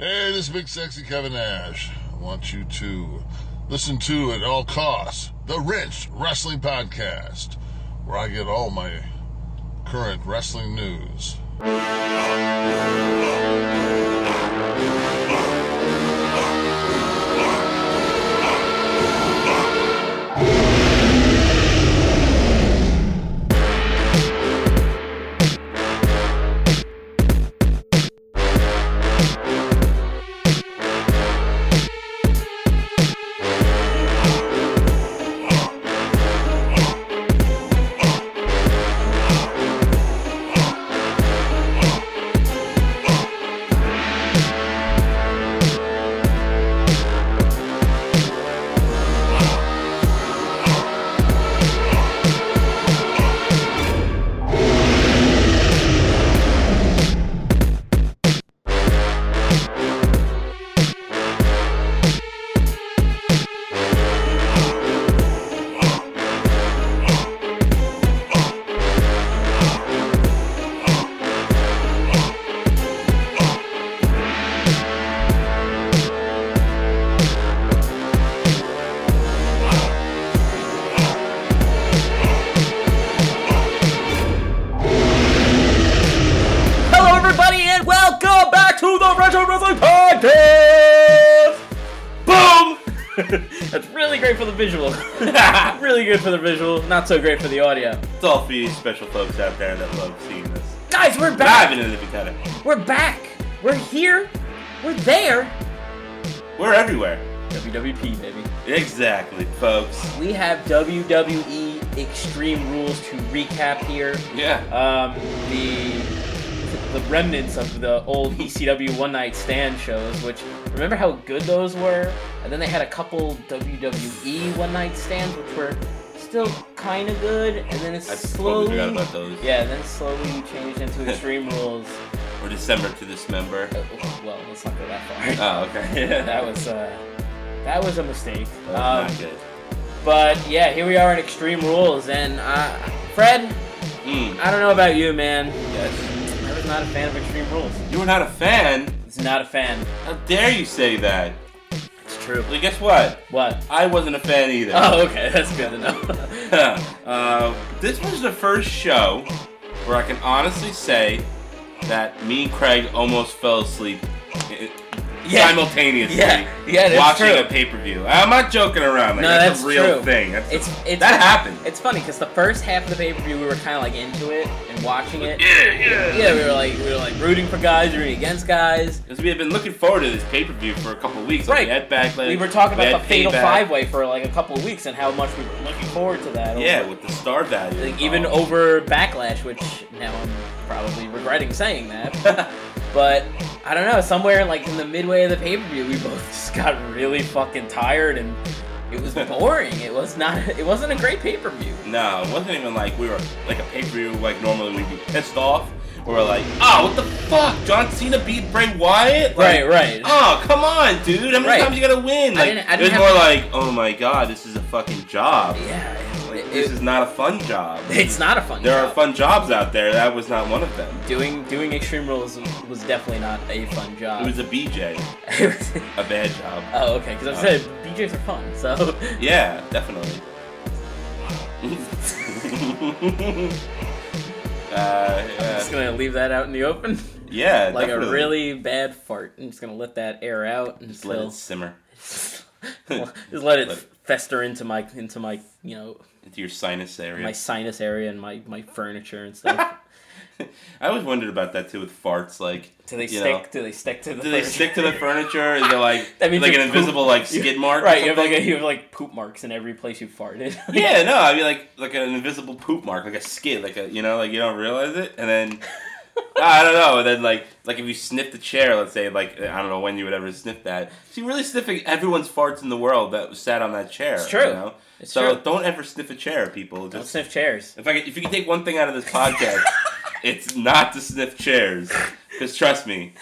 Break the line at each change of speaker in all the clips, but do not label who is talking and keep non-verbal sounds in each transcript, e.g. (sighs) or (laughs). Hey, this is Big Sexy Kevin Nash. I want you to listen to, at all costs, the Rich Wrestling Podcast, where I get all my current wrestling news.
Hello, everybody, and welcome back to the Retro Wrestling Podcast.
(laughs)
Boom! That's really great for the visual. (laughs) really good for the visual. Not so great for the audio.
It's all for you special folks out there that love seeing this.
Guys, we're
Live
back.
and in living color.
We're back. We're here. We're there.
We're everywhere.
WWP, baby.
Exactly, folks.
We have WWE Extreme Rules to recap here.
Yeah.
Um, the the remnants of the old ECW One Night Stand shows, which remember how good those were, and then they had a couple WWE One Night Stands, which were still kind of good, and then it's
I
slowly
totally forgot about those.
yeah, then slowly changed into Extreme Rules.
We're December to this member.
Uh, Well, let's not go that far. (laughs)
Oh, (laughs) okay.
That was uh, that was a mistake.
That was
Um,
not good.
but yeah, here we are in Extreme Rules, and uh, Fred,
Mm,
I don't know about you, man.
yes.
I was not a fan of Extreme Rules.
You were not a fan.
It's not a fan.
How dare you say that?
It's true.
Well, guess what?
What?
I wasn't a fan either.
Oh, okay, (laughs) that's good to know.
(laughs) uh, this was the first show where I can honestly say that me and Craig almost fell asleep i-
Yeah.
simultaneously
Yeah. Yeah, that's
watching
true.
a pay per view. I'm not joking around. Like,
No,
that's,
that's
a real
true.
thing. That's,
it's it's
that happened.
It's funny because the first half of the pay per view we were kind of like into it and watching it.
yeah, yeah.
Yeah, we were like we were like rooting for guys, rooting against guys.
Because we had been looking forward to this pay per view for a couple of weeks. Like,
Right.
We had Backlash.
We were talking
we
about
had
the fatal
Payback.
five way for like a couple of weeks and how much we were looking forward to that.
Yeah, Oh.
Over,
with the star value. Um,
like, even
involved.
over backlash, which now I'm probably regretting saying that. (laughs) But I don't know, somewhere like in the midway of the pay per view, we both (laughs) just got really fucking tired and it
(laughs)
was boring. it was not. It wasn't a great pay per view.
No, it wasn't even like we were like a pay per view. Like normally we'd be pissed off. We were like, oh, what the fuck? John Cena beat Bray Wyatt. Like,
Right, right.
Oh, come on, dude. How many
Right.
times you gotta win?
I
Like
didn't- I
it was
didn't
more
have-
like, oh my god, this is a fucking job.
yeah,
Like,
it-
this
it-
is not a fun job.
(laughs) it's not a fun.
There are
job.
fun jobs out there. That was not one of them.
Doing doing extreme rules was definitely not a fun job.
It
(laughs)
was a BJ, a bad job.
oh, okay, because I said DJs are fun, so (laughs)
Yeah, definitely. (laughs) uh,
I'm just
yeah,
gonna leave that out in the open,
yeah
like
definitely.
a really bad fart. I'm just gonna let that air out
Just let
until
it simmer
(laughs) just let it
Let-
fester into my into my you know
into your sinus area.
my sinus area and my, my furniture and stuff.
(laughs) I always wondered about that too with farts. Like,
Do they
you
stick?
know,
do they stick to the?
do they
furniture?
stick to the furniture? Is there like
(laughs) That means
like
you
an invisible
(laughs)
like
poop.
skid mark?
(laughs)
or
Right, you have like
something?
a, you have like poop marks in every place you
(laughs)
farted.
yeah, no, I mean like like an invisible poop mark, like a skid, like a you know, like you don't realize it,
(laughs)
and then I don't know, and then like like if you sniff the chair, let's say like I don't know when you would ever sniff that. So you're really sniffing everyone's farts in the world that was sat on that chair.
It's true.
You know?
It's
so
true.
don't ever sniff a chair, people.
Don't
Just
sniff chairs.
if I could, if you can take one thing out of
(laughs)
this podcast, it's not to sniff chairs. Because trust me,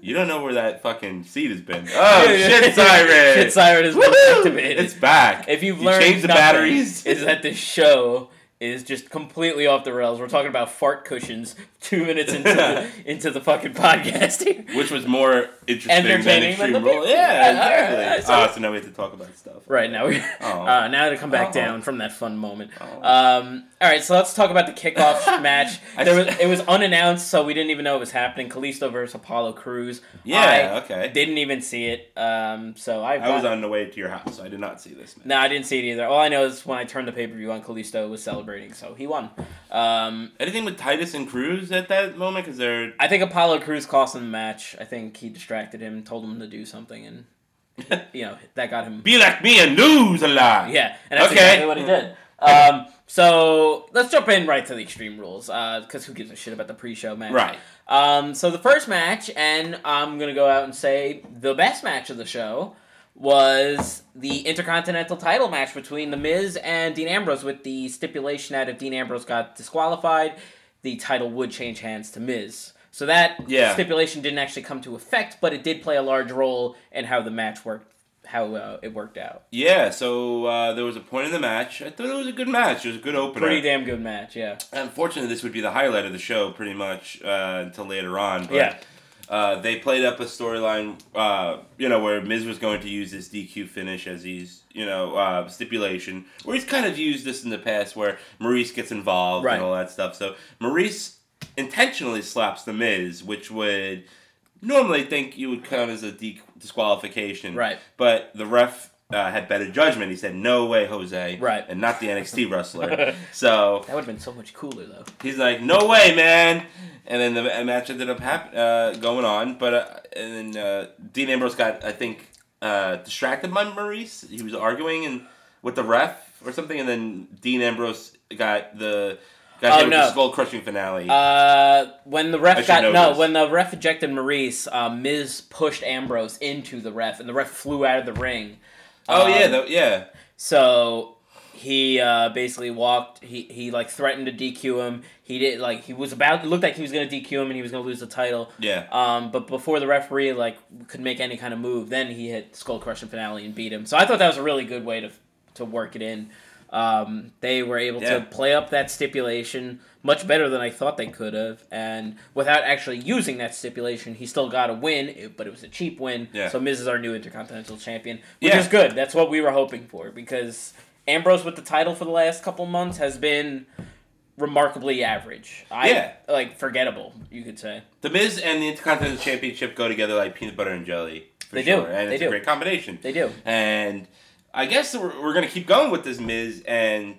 you don't know where that fucking seat has been. (laughs)
(laughs)
Oh shit, siren!
Shit siren is
Woohoo!
activated.
It's back.
if you've
you
learned
changed the
nothing,
batteries. (laughs)
is that this show is just completely off the rails. We're talking about fart cushions two minutes
(laughs)
into the, into the fucking podcast here.
Which was more interesting than
Entertaining than
Extreme
the
Rules.
people. Yeah,
Yeah,
alright,
exactly.
alright, so-
Ah, so now we have to talk about stuff.
Right now, we,
Oh.
uh, now to come back
Oh.
down from that fun moment.
Oh.
Um, all right, so let's talk about the kickoff
(laughs)
match.
I
There was,
s-
it was unannounced, so we didn't even know it was happening. Kalisto versus Apollo Cruz.
Yeah,
I
okay.
Didn't even see it. Um, so I,
I was on the way to your house, so I did not see this match.
No, I didn't see it either. All I know is when I turned the pay per view on, Kalisto was celebrating, so he won. Um,
Anything with Titus and Cruz at that moment? Because they're.
I think Apollo Cruz cost him the match. I think he distracted him, told him to do something, and
(laughs)
you know that got him.
Be like me and lose a lot.
Yeah, and that's
Okay.
exactly what he did. Um, so let's jump in right to the Extreme Rules, because who gives a shit about the pre-show match?
Right.
Um, so the first match, and I'm gonna go out and say the best match of the show was the Intercontinental Title match between The Miz and Dean Ambrose, with the stipulation that if Dean Ambrose got disqualified, the title would change hands to Miz. So that
Yeah.
stipulation didn't actually come to effect, but it did play a large role in how the match worked, how uh, it worked out.
Yeah, so uh, there was a point in the match. I thought it was a good match. It was a good opener.
Pretty damn good match, yeah.
Unfortunately, this would be the highlight of the show pretty much uh, until later on. But,
Yeah.
Uh, they played up a storyline, uh, you know, where Miz was going to use this DQ finish as he's, you know, uh, stipulation. Where he's kind of used this in the past, where Maurice gets involved
Right.
and all that stuff. So Maurice intentionally slaps the Miz, which would normally think you would count as a de- disqualification.
Right.
But the ref uh, had better judgment. He said, "No way, Jose."
Right.
And not the NXT
(laughs)
wrestler. so
That would have been so much cooler though.
He's like, "No way, man!" And then the ma- match ended up hap- uh, going on, but uh, and then uh, Dean Ambrose got, I think, uh, distracted by Maurice. He was arguing and with the ref or something, and then Dean Ambrose got the got
Oh,
hit with
no.
the skull crushing finale.
Uh, when the
I
ref
should
got
know
no,
this.
when the ref ejected Maurice, uh, Miz pushed Ambrose into the ref, and the ref flew out of the ring.
oh yeah,
Um,
that, yeah,
So he uh, basically walked. He he like threatened to DQ him. He did like he was about. It looked like he was gonna DQ him, and he was gonna lose the title.
yeah.
Um, but before the referee like could make any kind of move, then he hit skull crushing finale and beat him. So I thought that was a really good way to to work it in. Um, they were able
Yeah.
to play up that stipulation much better than I thought they could have, and without actually using that stipulation, he still got a win, it- but it was a cheap win.
Yeah.
So Miz is our new Intercontinental Champion, which
Yeah.
is good. That's what we were hoping for because Ambrose with the title for the last couple months has been remarkably average. I,
Yeah.
like forgettable, you could say.
the Miz and the Intercontinental Championship go together like peanut butter and jelly. For
They do.
sure. and
They
it's
do.
a great combination.
They do.
And I guess we're, we're going to keep going with this Miz and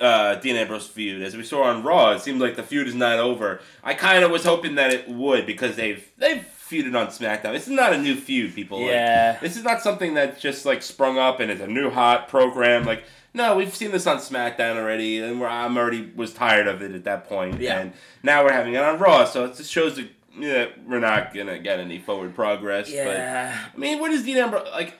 uh, Dean Ambrose feud. As we saw on Raw, it seems like the feud is not over. I kind of was hoping that it would because they've they've feuded on SmackDown. This is not a new feud, people. Like,
Yeah.
this is not something that just like sprung up and it's a new hot program. Like no, we've seen this on SmackDown already, and we're, I'm already was tired of it at that point.
Yeah.
And now we're having it on Raw, so it just shows that yeah, we're not gonna get any forward progress. But
Yeah.
I mean, what is Dean Ambrose like?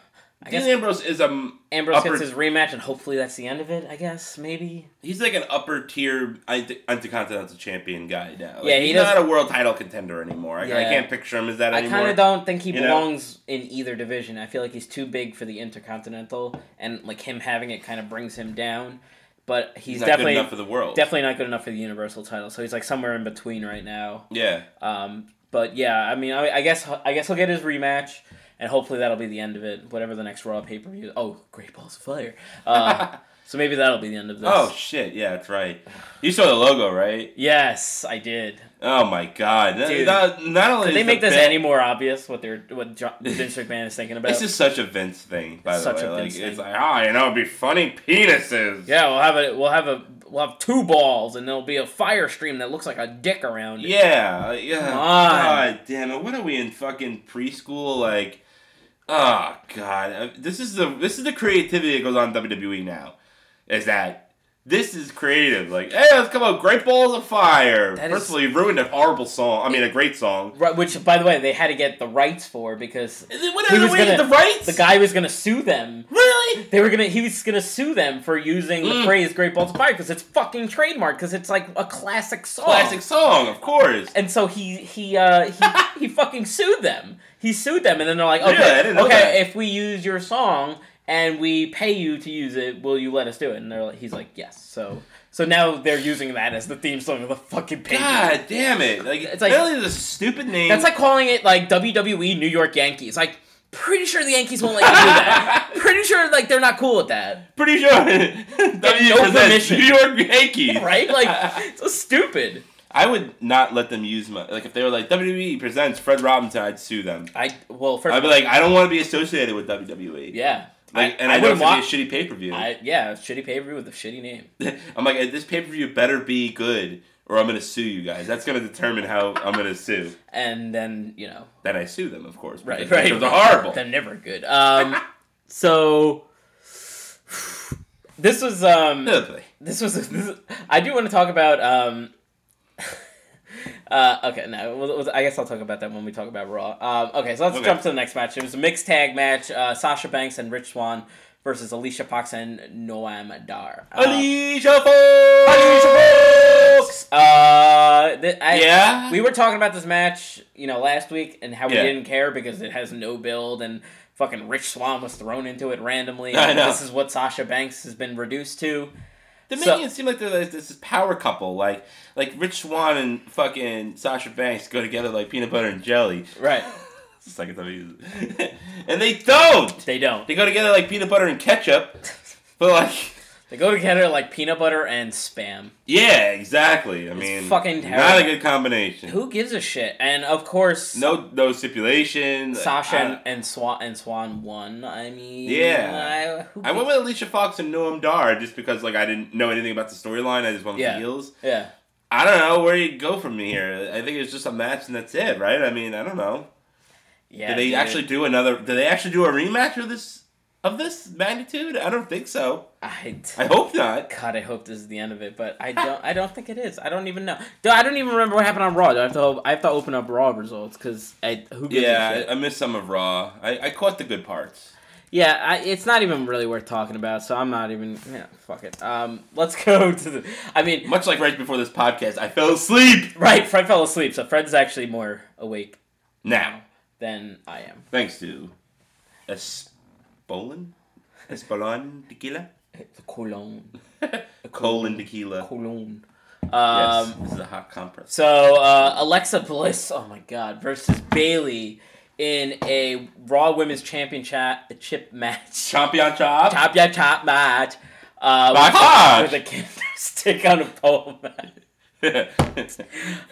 Dean
guess-
Ambrose is a
Ambrose
upper,
gets his rematch, and hopefully that's the end of it. I guess maybe.
he's like an upper tier inter- intercontinental champion guy now. Like,
Yeah, he
he's
does-
not a world title contender anymore. I, I
Yeah.
can't picture him as that
I
anymore.
kind of don't think he
You know?
belongs in either division. I feel like he's too big for the Intercontinental, and like him having it kind of brings him down. But he's,
He's not
definitely
good enough for the world.
definitely not good enough for the Universal title. So he's like somewhere in between right now.
Yeah,
Um, but yeah, I mean, I, I guess I guess he'll get his rematch, and hopefully that'll be the end of it. Whatever the next Raw pay per view. Oh, Great Balls of Fire.
(laughs)
Uh, so maybe that'll be the end of this.
Oh shit! Yeah, that's right. You saw the logo, right?
yes, I did.
Oh my god! Not-
Dude.
not, not only
Did
is
they make
the
this
ba-
any more obvious what they're what Jo- Vince McMahon is thinking about?
This is such a Vince thing, by
It's
the
such
way.
a
like
Vince
it's
thing.
like, oh, you know, it'd be funny penises.
yeah, we'll have a we'll have a we'll have two balls and there'll be a fire stream that looks like a dick around it.
Yeah, like, yeah.
Come on.
God damn it! What are we in fucking preschool? Like, oh god, Uh, this is the this is the creativity that goes on in WWE now. Is that this is creative? Like, hey, let's come up, great balls of fire.
That
First
is-
of all, you ruined a horrible song. I mean, a great song.
Right, which by the way they had to get the rights for because
What
He
are
was
we gonna,
gonna-
the rights?
the guy was gonna sue them.
really?
They were gonna he was gonna sue them for using the
Mm.
phrase "Great Balls of Fire" because it's fucking trademark because it's like a classic song.
Classic song, Oh, of course.
and so he he uh,
(laughs)
he he fucking sued them. He sued them, and then they're like, okay,
Really? I didn't know that.
okay, if we use your song and we pay you to use it, will you let us do it? And they're like, he's like, yes. So So now they're using that as the theme song of the fucking pay
God damn it! Like
It's
it's
like-
like really the stupid name.
That's like calling it like WWE New York Yankees. Like, pretty sure the Yankees won't let you do
(laughs)
that. pretty sure like they're not cool with that, (laughs)
pretty sure. Get
no permission.
New York Yankees,
(laughs) right?
(laughs)
Like, it's so stupid.
I would not let them use my like if they were like WWE presents Fred Robinson, I'd sue them.
I well, 1st
I'd be like, I don't want to be associated with WWE.
yeah,
Like, and I, know
wouldn't
it's gonna
wa-
be a shitty pay per view.
I, yeah, shitty pay per view with a shitty name.
(laughs) I'm like, this pay per view better be good, or I'm gonna sue you guys. That's gonna determine how I'm gonna sue.
And then you know,
Then I sue them, of course.
right,
because
right,
They're horrible.
They're never good. Um, (laughs) so this was um, (laughs)
Ugh.
this was this, I do want to talk about um (laughs) uh okay no we'll, we'll- I guess I'll talk about that when we talk about Raw um okay so let's
Okay.
jump to the next match it was a mixed tag match uh, Sasha Banks and Rich Swan versus Alicia Fox and Noam Dar uh,
Alicia Fox.
uh th- I,
Yeah.
we were talking about this match you know last week and how we
Yeah.
didn't care because it has no build and fucking Rich Swan was thrown into it randomly
I know.
this is what Sasha Banks has been reduced to
They're
So-
making it seem like they're like this is power couple, like like Rich Swan and fucking Sasha Banks go together like peanut butter and jelly.
right
It's the second time I use it. (laughs) and they don't.
they don't
They go together like peanut butter and ketchup. But like,
They go together like peanut butter and spam.
yeah, exactly. I mean,
fucking
not a
terrible.
good combination.
Who gives a shit? And of course,
No, no stipulation. Like,
Sasha
I-
and, and Swan and Swan won. I mean,
Yeah.
I, who
I went with Alicia Fox and Noam Dar just because like I didn't know anything about the storyline. I just wanted
Yeah.
the heels.
yeah.
I don't know where you go from here. I think it's just a match and that's it, right? I mean, I don't know.
Yeah.
Did they
dude.
actually do another? Did they actually do a rematch of this of this magnitude? I don't think so.
I,
I hope not.
God, I hope this is the end of it, but I don't. I don't think it is. I don't even know. Dude, I don't even remember what happened on Raw. Do I have to. I have to open up Raw results because I. Who gives a
Yeah,
shit?
I, I missed some of Raw. I, I caught the good parts.
yeah. I, it's not even really worth talking about. So I'm not even. Yeah. Fuck it. Um. Let's (laughs) go to the. I mean,
Much like right before this podcast, I fell asleep.
right. Fred fell asleep, so Fred's actually more awake
Now,
than I am.
thanks to Espolin, Espolin tequila,
The cologne.
Colon tequila.
Cologne.
Yes,
Um,
this is a hot compress.
So uh, Alexa Bliss, oh my God, versus Bailey in a Raw Women's Championship match.
Champion chop. (laughs)
Top ya top match. Uh,
Back
with, with a (laughs) candlestick on a pole match.
All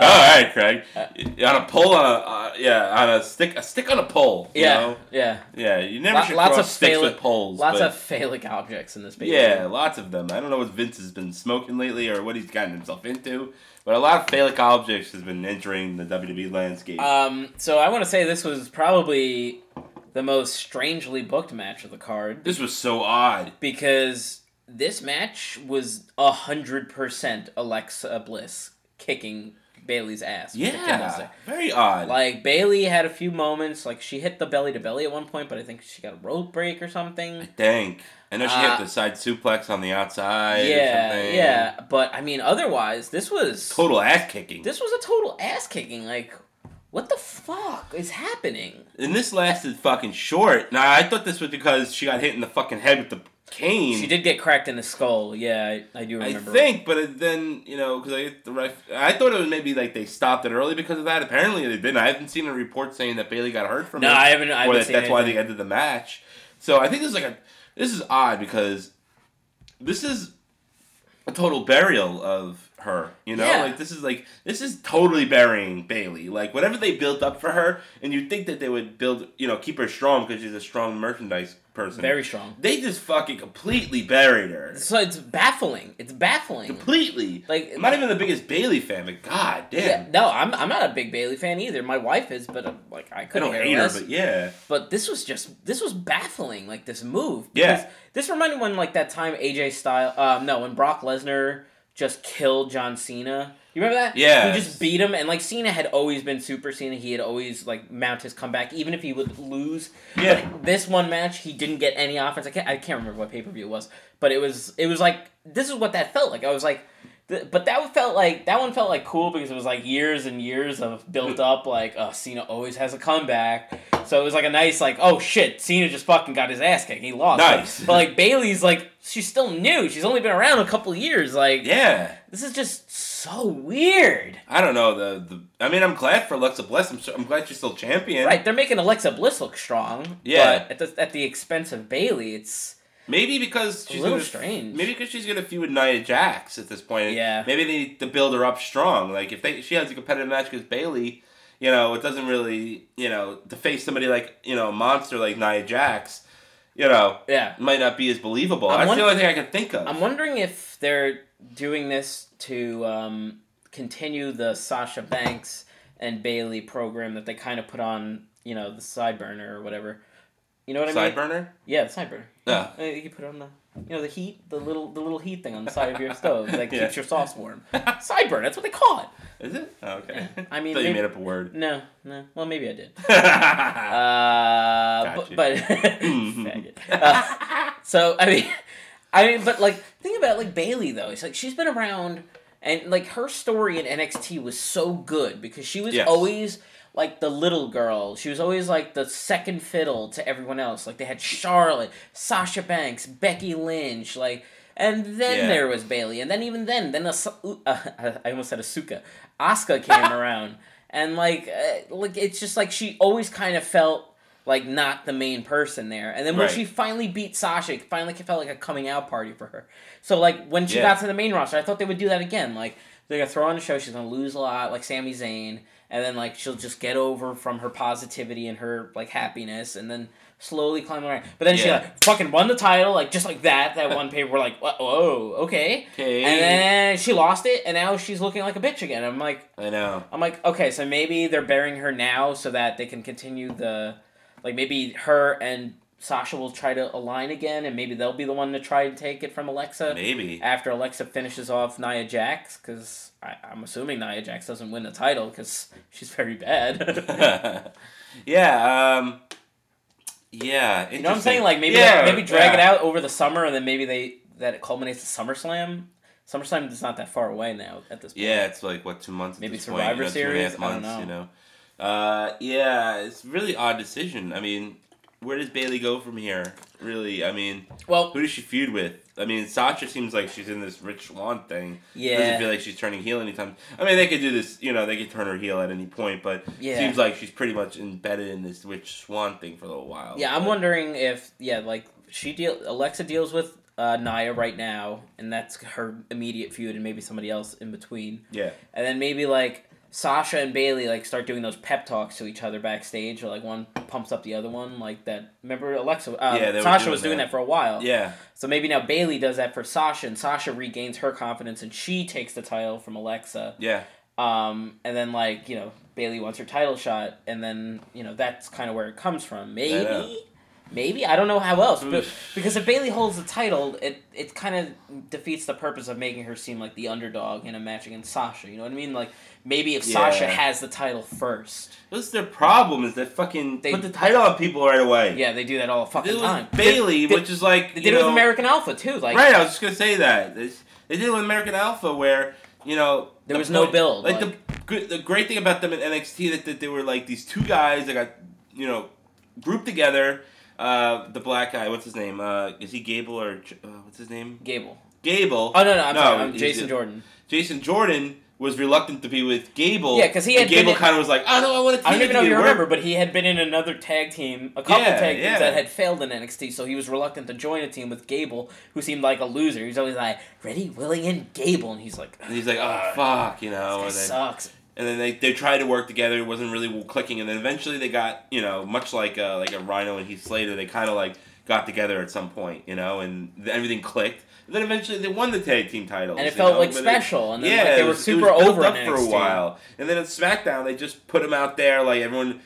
right, Craig.
Uh,
on a pole, on a uh, yeah, on a stick, a stick on a pole. you
Yeah,
know?
yeah.
Yeah, you never
Lo-
should
lots
cross
of
sticks
phallic-
with poles.
Lots
but-
of phallic objects in this video.
yeah, lots of them. I don't know what Vince has been smoking lately or what he's gotten himself into, but a lot of phallic objects has been entering the WWE landscape.
Um, so I want to say this was probably the most strangely booked match of the card.
this was so odd.
because this match was a hundred percent Alexa Bliss kicking Bailey's ass. with the
Yeah,
candlestick.
very odd.
Like Bailey had a few moments, like she hit the belly to belly at one point, but I think she got a rope break or something.
Dang. I know she
Uh,
hit the side suplex on the outside. or
Yeah,
something.
yeah. But I mean, otherwise, this was
Total ass kicking.
this was a total ass kicking. Like, what the fuck is happening?
And this lasted fucking short. Now I thought this was because she got hit in the fucking head with the cane.
She did get cracked in the skull. Yeah, I, I do
I
remember.
think, but it then you know because I get the ref. I thought it was maybe like they stopped it early because of that. Apparently they didn't. I haven't seen a report saying that Bailey got hurt from
No,
it.
I haven't- I haven't
or that
seen
that's why they
anything.
ended the match. So I think this is like a this is odd because this is a total burial of her. You know,
Yeah.
like this is like this is totally burying Bailey. Like whatever they built up for her, and you think that they would build, you know, keep her strong because she's a strong merchandise person.
Very strong.
They just fucking completely buried her.
So it's baffling. It's baffling.
Completely.
Like-
I'm not even the biggest Bailey fan, but god damn.
Yeah, no, I'm, I'm not a big Bailey fan either. My wife is, but uh, like I
I
couldn't
don't
care
hate her,
less.
but
but,
yeah.
this was just this was baffling. Like this move.
Yeah.
because This reminded me when like that time AJ style. Um, no, when Brock Lesnar just killed John Cena. You remember that?
Yes.
He just beat him, and like Cena had always been Super Cena. He had always like mount his comeback, even if he would lose.
Yeah.
But this one match, he didn't get any offense. I can't I can't remember what pay per view it was, but it was it was like this is what that felt like. I was like. Th- But that one felt like that one felt like cool because it was like years and years of built up like oh Cena always has a comeback, so it was like a nice like oh shit Cena just fucking got his ass kicked he lost
Nice.
but like Bailey's like she's still new she's only been around a couple years like
Yeah.
this is just so weird
I don't know the, the I mean I'm glad for Alexa Bliss. I'm, so, I'm glad she's still champion.
right they're making Alexa Bliss look strong
Yeah.
but at the at the expense of Bailey it's
Maybe because she's
little
gonna,
strange.
Maybe because she's gonna feud with Nia Jax at this point.
Yeah.
Maybe they need to build her up strong. Like if they she has a competitive match against Bailey, you know it doesn't really you know to face somebody like you know a monster like Nia Jax, you know
yeah
might not be as believable.
I'm
That's
wonder-
the only thing I can think of.
I'm wondering if they're doing this to um, continue the Sasha Banks and Bailey program that they kind of put on, you know, the side burner or whatever. You know what I mean?
Sideburner.
Yeah, the side burner.
Yeah.
Uh, You put on the, you know, the heat, the little, the little heat thing on the side of your stove that
Yeah.
keeps your sauce warm. Side burner. That's what they call it.
Is it? Oh, okay. (laughs)
I mean, Mm.
thought you
maybe-
made up a word.
No, no. Well, maybe I
(laughs)
did.
yeah.
Uh,
Gotcha. Mm-hmm.
bu- but (laughs) faggot. Uh, so I mean, (laughs) I mean, but like think about like Bailey though. It's like she's been around, and like her story in NXT was so good because she was
Yes.
always like the little girl. She was always like the second fiddle to everyone else. Like they had Charlotte, Sasha Banks, Becky Lynch, like. And then
Yeah.
there was Bailey, and then even then, then As- (laughs) uh, I almost said Asuka, Asuka
(laughs)
came around, and like, uh, like it's just like she always kind of felt like not the main person there. And then when
Right.
she finally beat Sasha, it finally felt like a coming out party for her. So like when she
Yeah.
got to the main roster, I thought they would do that again. Like they're gonna throw on a show, she's gonna lose a lot, like Sami Zayn, and then like she'll just get over from her positivity and her like happiness, and then slowly climb around. But then she
Yeah.
like fucking won the title, like just like that. That one paper, we're like, whoa, whoa, okay.
Okay.
And then she lost it, and now she's looking like a bitch again. I'm like,
I know.
I'm like, okay, so maybe they're burying her now so that they can continue the, like maybe her and Sasha will try to align again, and maybe they'll be the one to try and take it from Alexa
Maybe.
after Alexa finishes off Nia Jax, because I'm assuming Nia Jax doesn't win the title because she's very
(laughs)
bad.
yeah. Um, yeah.
you know what I'm saying? Like maybe maybe drag it out over the summer, and then maybe they that it culminates at SummerSlam. SummerSlam is not that far away now at this point.
Yeah, it's like what two months? At
Maybe
this
Survivor
point, you know, two and a
Series?
half
I don't
months, You know. Uh, yeah, it's a really odd decision. I mean, where does Bailey go from here? Really, I mean,
Well,
who does she feud with? I mean, Sasha seems like she's in this Rich Swan thing.
Yeah.
doesn't feel like she's turning heel anytime. I mean, they could do this. You know, they could turn her heel at any point, but
Yeah.
seems like she's pretty much embedded in this Rich Swan thing for a little while.
Yeah, I'm
But-
wondering if yeah, like she deal Alexa deals with uh, Naya right now, and that's her immediate feud, and maybe somebody else in between,
Yeah.
and then maybe like Sasha and Bailey like start doing those pep talks to each other backstage, or like one pumps up the other one, like that. Remember Alexa? Uh,
Yeah, they were
Sasha
doing
was doing
that.
that for a while.
Yeah.
So maybe now Bailey does that for Sasha, and Sasha regains her confidence, and she takes the title from Alexa.
Yeah.
Um, and then like you know Bailey wants her title shot, and then you know that's kind of where it comes from. Maybe,
Yeah.
maybe I don't know how else, but
Oof.
because if Bailey holds the title, it it kind of defeats the purpose of making her seem like the underdog in a match against Sasha. You know what I mean? Like maybe if Sasha
Yeah.
has the title first,
What's their problem? Is that fucking
They-
put the title on people right away.
yeah, they do that all the
They
fucking
did it
time.
with Bailey,
They-
which is like
They
you
did it with
know-
American Alpha too. Like
Right, I was just gonna say that they, they did it with American Alpha, where you know
There
the
was no build,
Like, the good, the great thing about them in NXT that, that they were like these two guys that got you know grouped together. Uh, the black guy, what's his name? Uh, is he Gable or J- uh, what's his name?
Gable.
Gable.
Oh no, no, I'm
No,
sorry, I'm
he's
Jason
a-
Jordan.
Jason Jordan was reluctant to be with Gable.
Yeah, 'cause he
and
had been
Gable
in-
kind of was like, oh no, I want to.
I don't even know if you
work.
remember, but he had been in another tag team, a couple
Yeah,
tag teams
yeah.
that had failed in NXT, so he was reluctant to join a team with Gable, who seemed like a loser. He was always like, ready, willing, and Gable, and he's like,
And he's like, oh
"Ugh,
fuck, you know.
this
and
guy
then-
sucks.
and then they, they tried to work together. It wasn't really clicking, and then eventually they got you know much like uh, like a Rhino and Heath Slater, they kind of like got together at some point, you know, and th- everything clicked. And then eventually they won the tag team titles,
And it
you
felt
know,
like
but it-
special, and then like,
it
they were
was- it
super
was built
over in
up for a
NXT.
while, and then at SmackDown they just put him out there like everyone.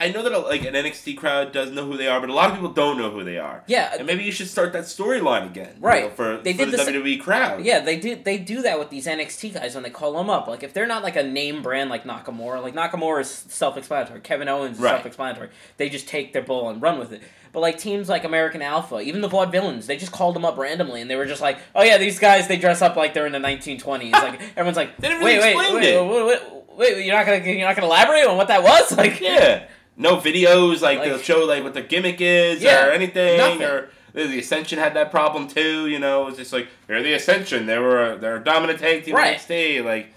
I know that like an NXT crowd does know who they are, but a lot of people don't know who they are.
Yeah.
and maybe you should start that storyline again. you
Right.
know, for
They
for
did
the
the sa-
WWE crowd.
Yeah, they do. They do that with these NXT guys when they call them up. Like if they're not like a name brand like Nakamura, like Nakamura is self-explanatory. Kevin Owens is
Right.
self-explanatory. They just take their bull and run with it. But like teams like American Alpha, even the Vaude Villains, they just called them up randomly and they were just like, "Oh yeah, these guys they dress up like they're in the 1920s." like everyone's like,
They didn't
"Wait,
really
wait, wait,
explain
wait,
it."
wait, wait, you're not gonna you're not gonna elaborate on what that was?" (laughs) Like
Yeah. No videos like,
Like-
they'll show like what the gimmick is
Yeah,
or anything
nothing.
or the Ascension had that problem too, you know, it's just like they're the Ascension, they were they're a dominant tag team
Right.
NXT, like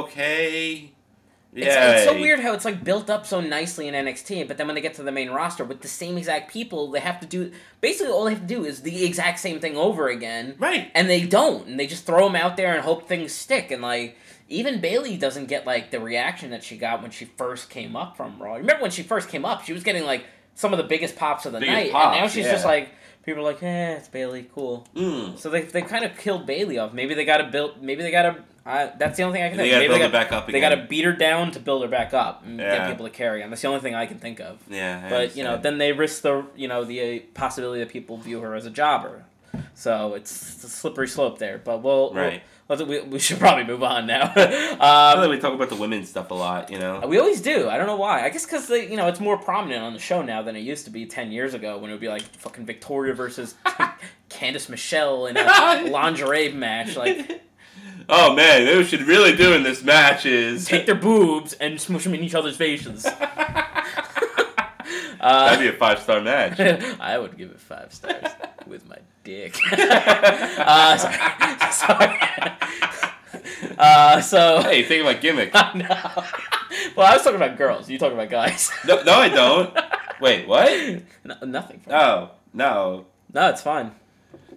okay. Yeah.
It's, it's so weird how it's like built up so nicely in NXT, but then when they get to the main roster with the same exact people, they have to do basically all they have to do is the exact same thing over again.
Right.
And they don't, and they just throw them out there and hope things stick. And like even Bailey doesn't get like the reaction that she got when she first came up from Raw. Remember when she first came up, she was getting like some of the biggest pops of the
Biggest
night, and now
pops,
she's
yeah.
just like people are like, eh, it's Bailey, cool.
Mm.
So they, they kind of killed Bailey off. Maybe they got to build. Maybe they got to. Uh, that's the only thing I can
They
think.
gotta
Maybe
build
they
it back up
They got to
again.
beat her down to build her back up and
Yeah.
get people to carry on. That's the only thing I can think of.
Yeah. I
But you know,
understand.
then they risk the you know the uh, possibility that people view her as a jobber. So it's, it's a slippery slope there. But we'll
Right.
We'll, let's- we we should (laughs) probably move on now.
I feel
um,
like we talk about the women's stuff a lot, you know.
we always do. I don't know why. I guess because you know it's more prominent on the show now than it used to be ten years ago when it would be like fucking Victoria
(laughs)
versus Candice Michelle in a lingerie match. Like
(laughs) Oh man, they should really do in this
(laughs)
match is
take their boobs and smush them in each other's faces.
that'd
Uh,
be a five star match.
(laughs) I would give it five stars with my dick. (laughs) uh, sorry. (laughs) sorry. uh, so. (laughs)
hey, think about gimmick.
No. Well, I was talking about girls. You talking about guys? (laughs)
No, no, I don't. Wait, what?
No, nothing.
Oh no.
No, it's fine.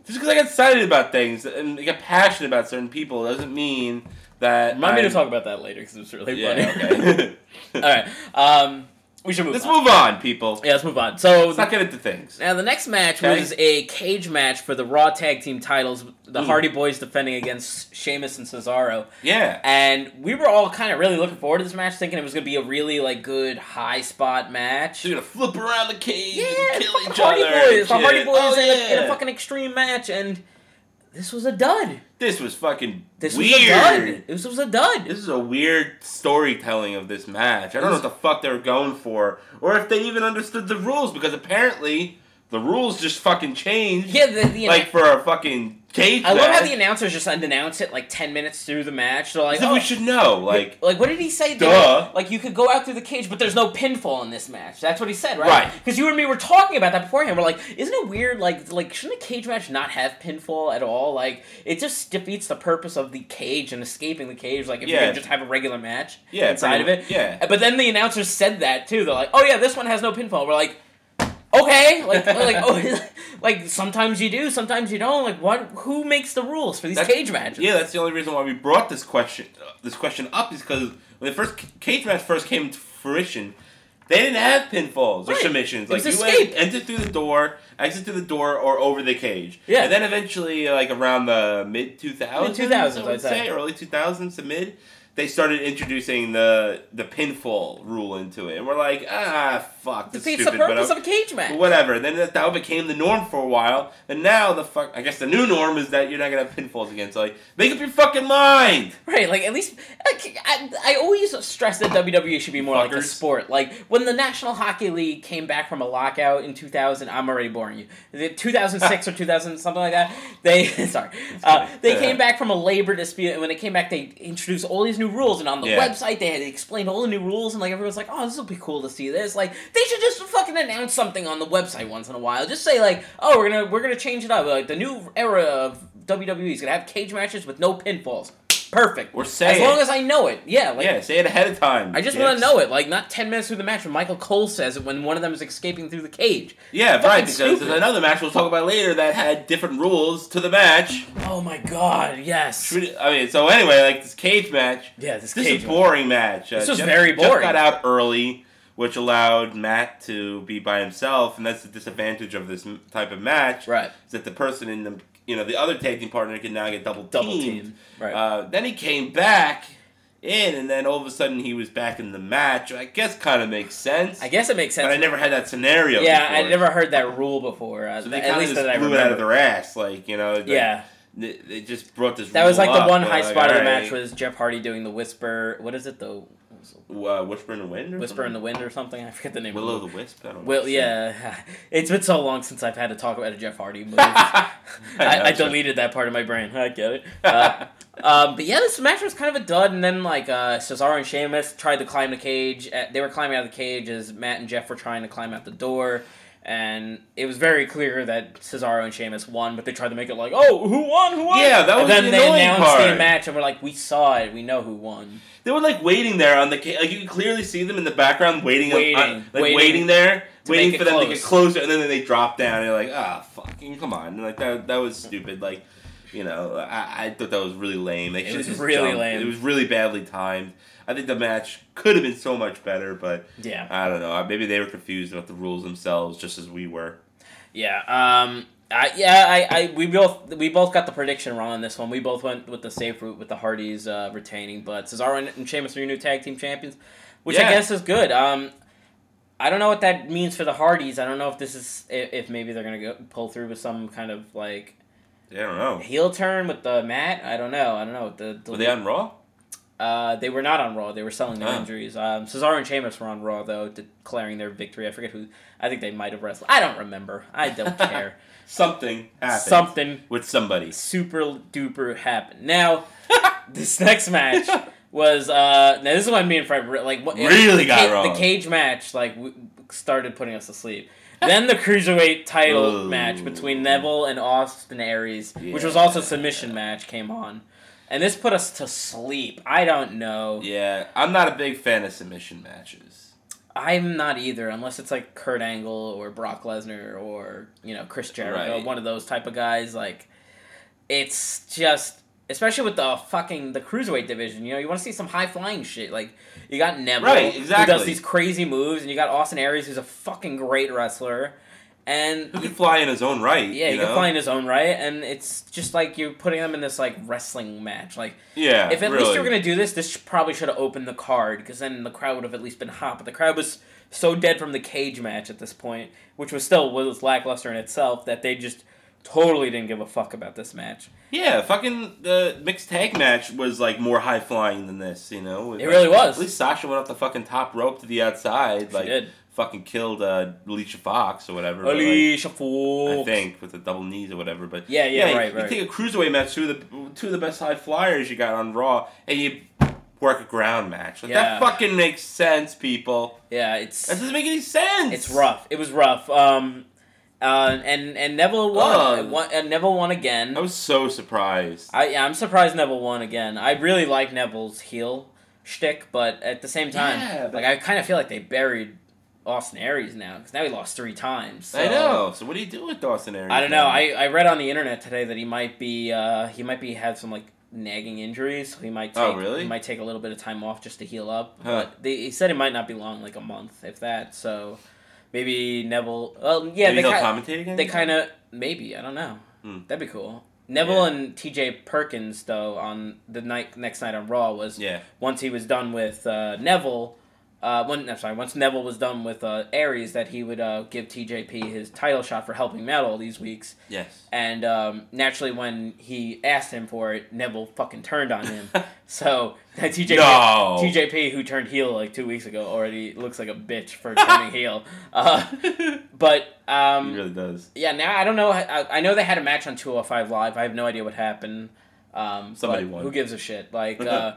just because I get excited about things and I get passionate about certain people doesn't mean that.
Remind me to
I'm-
talk about that later because it's really
Yeah,
funny. (laughs)
(laughs) okay.
All right. Um, we should move
Let's
on.
move on, people.
Yeah, let's move on. So
Let's not get into things.
Now the next match
Okay.
was a cage match for the Raw Tag Team titles. The
Mm.
Hardy Boys defending against Sheamus and Cesaro,
Yeah.
and we were all kind of really looking forward to this match, thinking it was going to be a really like good high spot match.
So you're gonna flip around the cage
yeah,
and kill
fucking
each
Hardy
other. and
Boys, the
shit.
Hardy Boys
Oh,
in, a, in a
yeah.
fucking extreme match, and this was a dud.
This was fucking
This
weird.
was a dud. This was a dud.
This is a weird storytelling of this match. I don't know what the fuck they were going for, or if they even understood the rules, because apparently the rules just fucking changed.
yeah, the, the
Like for a fucking cage
I love
match.
how the announcers just announce it like ten minutes through the match. They're like,
As if
"Oh,
we should know, like.
like what did he say?
Duh.
There? Like you could go out through the cage, but there's no pinfall in this match. That's what he said, right?
Right.
Because you and me were talking about that beforehand. We're like, isn't it weird? Like, like shouldn't a cage match not have pinfall at all? Like, it just defeats the purpose of the cage and escaping the cage. Like, if you
Yeah.
could just have a regular match
Yeah,
inside of
pretty-
it.
yeah.
But then the announcers said that too. They're like, oh yeah, this one has no pinfall. We're like. Okay, like like (laughs) oh, like sometimes you do, sometimes you don't. Like what? Who makes the rules for these
That's-
cage matches?
Yeah, that's the only reason why we brought this question uh, this question up is because when the first cage match first came to fruition, they didn't have pinfalls or
Right.
submissions.
It
Like
was
you
escape.
went enter through the door, exit through the door, or over the cage.
Yeah.
And then eventually, like around the mid two thousands, two thousands,
2000s,
I would
I'd
say,
say.
early two thousands to mid. They started introducing the the pinfall rule into it, and we're like, ah, fuck, this is
defeats
stupid,
the
but
purpose
I'm-
of a cage match.
but whatever. Then that, that became the norm for a while, and now the fuck. I guess the new norm is that you're not gonna have pinfalls again. So like, make up your fucking mind.
(laughs) Right, like at least like, I, I always stress that WWE should be more like a
Fuckers.
sport. Like when the National Hockey League came back from a lockout in 2000, I'm already boring you. Is it
(laughs)
2006 or 2000 something like that? They (laughs) sorry, uh,
okay.
they came back from a labor dispute, and when they came back, they introduced all these new rules. And on the
Yeah.
website, they had explained all the new rules, and like everyone's like, "Oh, this will be cool to see this." Like they should just fucking announce something on the website once in a while. Just say like, "Oh, we're gonna we're gonna change it up. Like the new era of WWE is gonna have cage matches with no pinfalls." Perfect.
Or say
as long
it.
as I know it. Yeah, like
yeah, say it ahead of time.
I just
dicks.
want to know it. Like not ten minutes through the match when Michael Cole says it when one of them is escaping through the cage.
Yeah,
Fucking
right. Because
stupid.
there's another match we'll talk about later that had different rules to the match.
Oh my god! Yes.
Should we- I mean, so anyway, like this cage match.
Yeah, this
This
cage.
is a boring match. Uh,
This was very boring.
Jeff got out early, which allowed Matt to be by himself, and that's the disadvantage of this m- type of match.
Right.
Is that the person in the you know the other tag team partner can now get Uh, double
Double
teamed.
team. Right.
Uh, then he came back in, and then all of a sudden he was back in the match. I guess kind of makes sense.
I guess it makes sense.
but I never had that scenario.
yeah, I
before.
never heard that rule before. uh,
So they
at
kind of
least
just
that I
blew
remember.
it out of their ass, like you know. like,
yeah,
They, they just brought this.
that was
rule
like the
up,
one
but,
high
like,
spot of the
alright.
match was Jeff Hardy doing the whisper. What is it? The
uh, Whisper in the Wind. Or
whisper in the
something?
wind or something? I forget the name.
Will
of
o'
it.
the Wisp. I don't know.
Will,
(laughs)
yeah, (laughs) it's been so long since I've had to talk about a Jeff Hardy movie. I, I
Gotcha.
deleted that part of my brain. I get it. Uh, um, but yeah, this match was kind of a dud, and then like uh, Cesaro and Sheamus tried to climb the cage. Uh, They were climbing out of the cage as Matt and Jeff were trying to climb out the door, and it was very clear that Cesaro and Sheamus won. But they tried to make it like, oh, who won? Who won?
Yeah, that was
and then
the
they
annoying
announced the
part.
match, and we're like, we saw it. We know who won.
They were like waiting there on the ca- like you could clearly see them in the background waiting, on-
Waiting,
on- like
waiting
waiting, there,
to make
waiting
it
for them to
close.
get closer, and then they drop down and you're like, ah, fucking come on, and like that that was stupid. Like, you know, I, I thought that was really lame. They should've
was
just
really
jumped.
lame.
It was really badly timed. I think the match could have been so much better, but
Yeah.
I don't know. Maybe they were confused about the rules themselves, just as we were.
Yeah. Um. I, yeah. I, I. We both. We both got the prediction wrong on this one. We both went with the safe route with the Hardys uh, retaining, but Cesaro and, and Sheamus are your new tag team champions, which I
Yeah.
guess is good. Um. I don't know what that means for the Hardys. I don't know if this is if, if maybe they're gonna go pull through with some kind of like
I don't know.
heel turn with the Matt. I don't know. I don't know. The, the
Were they on Raw?
uh, they were not on Raw. They were selling their
Oh.
injuries. Um, Cesaro and Sheamus were on Raw though, declaring their victory. I forget who. I think they might have wrestled. I don't remember. I
(laughs)
don't care.
Something happened
Something
with somebody.
super duper happened. Now, this next
(laughs)
match was uh now this is when me and Fred re- like what,
Really
the
got
cage,
wrong.
The cage match like w- started putting us to sleep. Then the cruiserweight title
Ooh.
match between Neville and Austin Aries, which was
Yeah.
also a submission match, came on, and this put us to sleep. I don't know.
Yeah, I'm not a big fan of submission matches.
I'm not either, unless it's like Kurt Angle or Brock Lesnar or you know Chris Jericho,
Right.
one of those type of guys. Like, it's just especially with the fucking the cruiserweight division. You know, you want to see some high flying shit. Like, you got Neville,
Right,
who does
exactly.
these crazy moves, and you got Austin Aries, who's a fucking great wrestler,
(laughs)
and
He could fly in his own right.
yeah,
you
he
know?
can fly in his own right, and it's just like you're putting them in this like wrestling match, like.
Yeah,
If at
really.
least you were gonna do this, this sh- probably should have opened the card because then the crowd would have at least been hot. But the crowd was so dead from the cage match at this point, which was still was lackluster in itself, that they just totally didn't give a fuck about this match.
yeah, fucking the mixed tag match was like more high flying than this. You know,
It really was.
At least Sasha went up the fucking top rope to the outside, like
did.
fucking killed uh, Alicia Fox or whatever. but, like,
Alicia Fox.
I think with the double knees or whatever, but
Yeah, yeah,
you-
right,
you,
right.
take a cruiserweight match, two of the two of the best high flyers you got on Raw, and you work a ground match. Like
Yeah.
that fucking makes sense, people.
Yeah, it's
That doesn't make any sense.
it's rough. It was rough. Um, uh, and and Neville won.
Ugh.
won and Neville won again.
I was so surprised.
I yeah, I'm surprised Neville won again. I really like Neville's heel shtick, but at the same time,
Yeah, but-
like I kind of feel like they buried Austin Aries now because now he lost three times. so-
I know. So what do you do with Dawson Aries?
I don't know.
now?
I, I read on the internet today that he might be uh, he might be have some like nagging injuries, so he might take,
Oh, really?
he might take a little bit of time off just to heal up.
Huh.
But they, he said it might not be long, like a month, if that. So maybe Neville. Well, yeah,
Maybe
they
he'll
ki-
commentate again.
they kind of maybe I don't know.
Hmm.
That'd be cool. Neville
Yeah.
and T.J. Perkins though on the night next night on Raw was
Yeah.
once he was done with uh, Neville. Uh, when, I'm sorry. Once Neville was done with uh, Aries, that he would uh, give TJP his title shot for helping him out all these weeks. (laughs)
Yes.
And um, naturally, when he asked him for it, Neville fucking turned on
(laughs)
him. so that TJP,
No.
TJP, who turned heel like two weeks ago, already looks like a bitch for
(laughs)
turning heel. Uh, but um,
he really does.
yeah, now I don't know. I, I know they had a match on 205 Live. I have no idea what happened. Um,
Somebody
but
won.
Who gives a shit? Like, uh,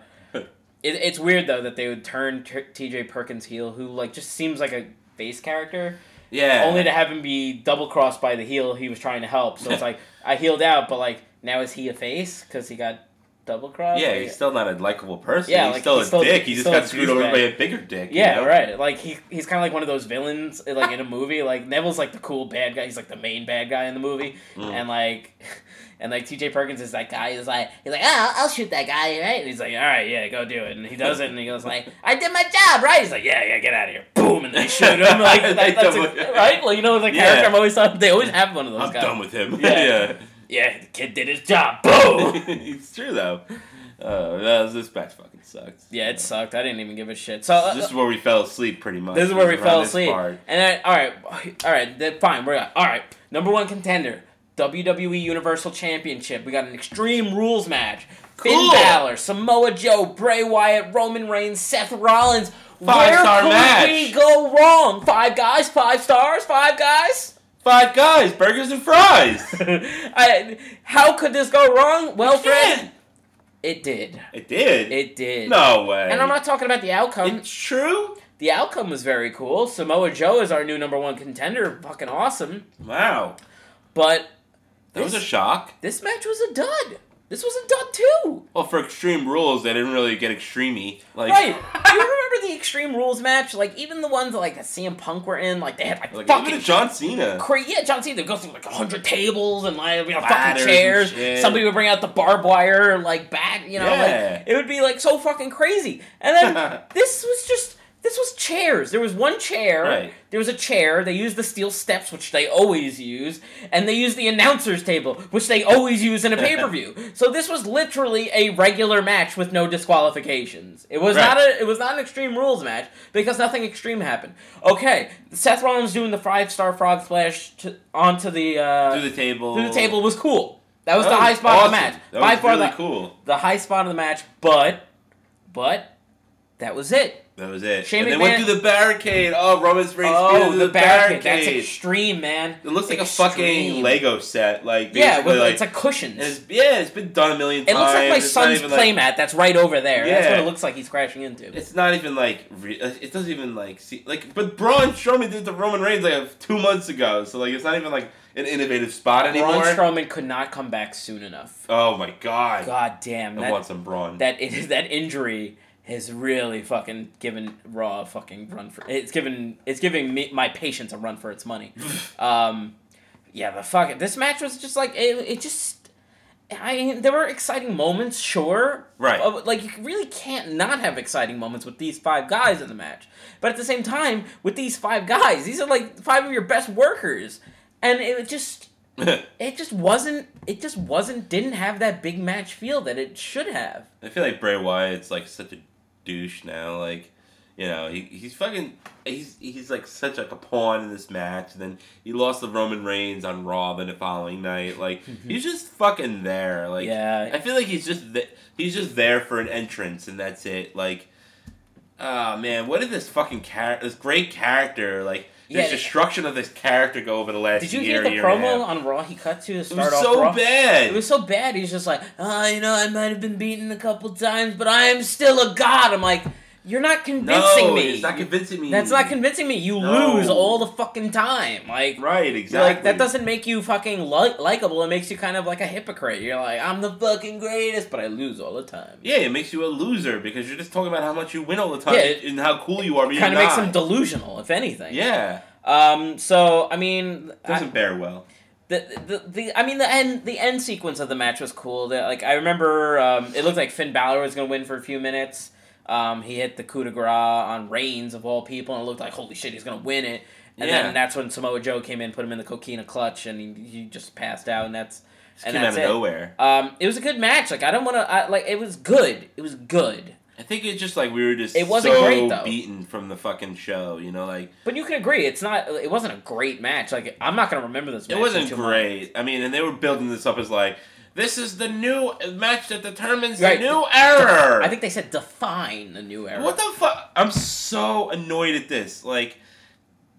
it, it's weird though that they would turn T- T.J. Perkins heel, who like just seems like a face character,
Yeah.
only to have him be double crossed by the heel he was trying to help.
(laughs)
So it's like I healed out, but like now is he a face because he got double crossed?
yeah, he's still not a likable person.
Yeah,
he's
like,
still
he's
a
still-
dick.
he's
He just
still a
got screwed over
douchebag.
by a bigger dick. you
Yeah,
know?
right. Like he he's kind of like one of those villains, eh, like in a movie. Like Neville's like the cool bad guy. He's like the main bad guy in the movie,
Mm.
and like, (laughs) and like T.J. Perkins is that guy. He's like he's like, oh, I'll shoot that guy, right? And he's like, all right, yeah, go do it. And he does it, and he goes like, I did my job, right? He's like, yeah, yeah, get out of here, boom, and they shoot him.
(laughs)
Like that,
They
that's
double- (laughs)
a, (laughs) right. Like you know, the
Yeah.
character I'm always on. They always have one of those
I'm
guys.
(laughs) done with him.
Yeah.
Yeah.
Yeah, the kid did his job, boom. (laughs)
it's true though. Oh, that was- this match fucking sucks.
Yeah, it sucked. I didn't even give a shit. So uh,
This is where we fell asleep, pretty much.
This is where we
Around
fell
this
asleep.
part.
And then, all right, all right, then fine. We're all right. Number one contender, WWE Universal Championship. We got an Extreme Rules match.
Cool.
Finn Balor, Samoa Joe, Bray Wyatt, Roman Reigns, Seth Rollins. where
Five-star
could
match.
we go wrong? Five guys, five stars, five guys. (laughs)
Five guys, burgers and fries.
I, how could this go wrong? Well, Fred,
can't.
it did.
it did.
It did.
No way.
And I'm not talking about the outcome.
It's true.
The outcome was very cool. Samoa Joe is our new number one contender. Fucking awesome.
Wow.
But
That was a
This-
shock.
this match was a dud. This was a dud too.
Well, for Extreme Rules, they didn't really get extremey. Like,
Right.
(laughs)
Do you remember the Extreme Rules match? Like even the ones that, like that CM Punk were in, like they had like,
like even
fucking
at John Cena.
cra- yeah, John Cena would go through like hundred tables and like you know, fucking
Ladders and
chairs.
shit.
Somebody would bring out the barbed wire like bat, you know,
Yeah.
like it would be like so fucking crazy. And
(laughs)
then this was just this was chairs. There was one chair.
Right.
There was a chair. They used the steel steps, which they always use, and they used the announcer's table, which they always use
(laughs)
in a pay per view. so this was literally a regular match with no disqualifications. It was
Right.
not a (laughs) it was not an extreme rules match because nothing extreme happened. Okay, Seth Rollins doing the five star frog splash to, onto the uh,
Through the table.
through the table was cool. That was
That
the
was
high spot of
awesome.
the match.
That
By
was
far
really
the
cool.
the high spot of the match, but but that was it.
That was it.
Shane
and they
McMahon-
went through the barricade. Oh, Roman Reigns
Oh,
through
the,
the,
barricade.
barricade.
That's extreme, man.
It looks like
Extreme.
a fucking Lego set. Like
Yeah,
basically,
with,
like,
it's like
and
cushions.
it's- yeah, it's been done a million
It
times.
looks like my
It's not
son's
even, like-
playmat that's right over there. That's what
Yeah.
it looks like he's crashing into.
It's not even like re- uh, it doesn't even like see like but Braun Strowman did the Roman Reigns like two months ago, so like it's not even like an innovative spot anymore.
Braun Strowman could not come back soon enough.
oh my god,
God damn,
I want
that
some Braun.
that it is that injury has really fucking given Raw a fucking run for it's given it's giving me my patience a run for its money. um, yeah, but fuck it. This match was just like it. It just I there were exciting moments, sure.
Right.
Uh, Like you really can't not have exciting moments with these five guys in the match. But at the same time, with these five guys, these are like five of your best workers, and it just it just wasn't it just wasn't didn't have that big match feel that it should have.
(laughs) I feel like Bray Wyatt's like such a douche now. Like, you know, he, he's fucking he's he's like such like a pawn in this match. And then he lost the Roman Reigns on Raw then the following night.
(laughs)
Like he's just fucking there. Like
Yeah.
I feel like he's just th- he's just there for an entrance and that's it. Like, oh man, what did this fucking character this great character like this
Yeah.
destruction of this character go over the last
Did you
year
hear the
year and a
promo
half?
on Raw he cut to to
It
start
was
off
so
Raw?
bad.
It was so bad. He's just like, oh, you know, I might have been beaten a couple times, but I am still a god. I'm like, you're not convincing
no,
me.
it's not convincing me.
That's not convincing me. You
No.
lose all the fucking time. Like,
Right,
you're
exactly.
like that doesn't make you fucking li- likable. It makes you kind of like a hypocrite. You're like, I'm the fucking greatest, but I lose all the time.
Yeah, it makes you a loser because you're just talking about how much you win all the time
Yeah, it-
and how cool you are. But you're
Kind of makes
not.
him delusional, if anything.
yeah,
Um. So I mean, I-
doesn't bear well.
the, the, the I mean the end the end sequence of the match was cool. That like I remember um, it looked like Finn Balor was gonna win for a few minutes. Um, he hit the coup de grace on Reigns of all people, and it looked like holy shit he's gonna win it. And
Yeah.
then that's when Samoa Joe came in, put him in the coquina clutch, and he, he just passed out. And that's
Just
and
came out
that's
of
it.
nowhere.
Um, it was a good match. Like I don't want to. Like it was good. It was good.
I think it's just like we were just
It wasn't
so
great, though.
beaten from the fucking show. You know, like
But you can agree it's not. It wasn't a great match. Like I'm not gonna remember this.
it
match
wasn't
in two months.
great. I mean, and they were building this up as like this is the new match that determines
Right.
the new error.
I think they said define the new era.
What the fuck? I'm so annoyed at this. Like,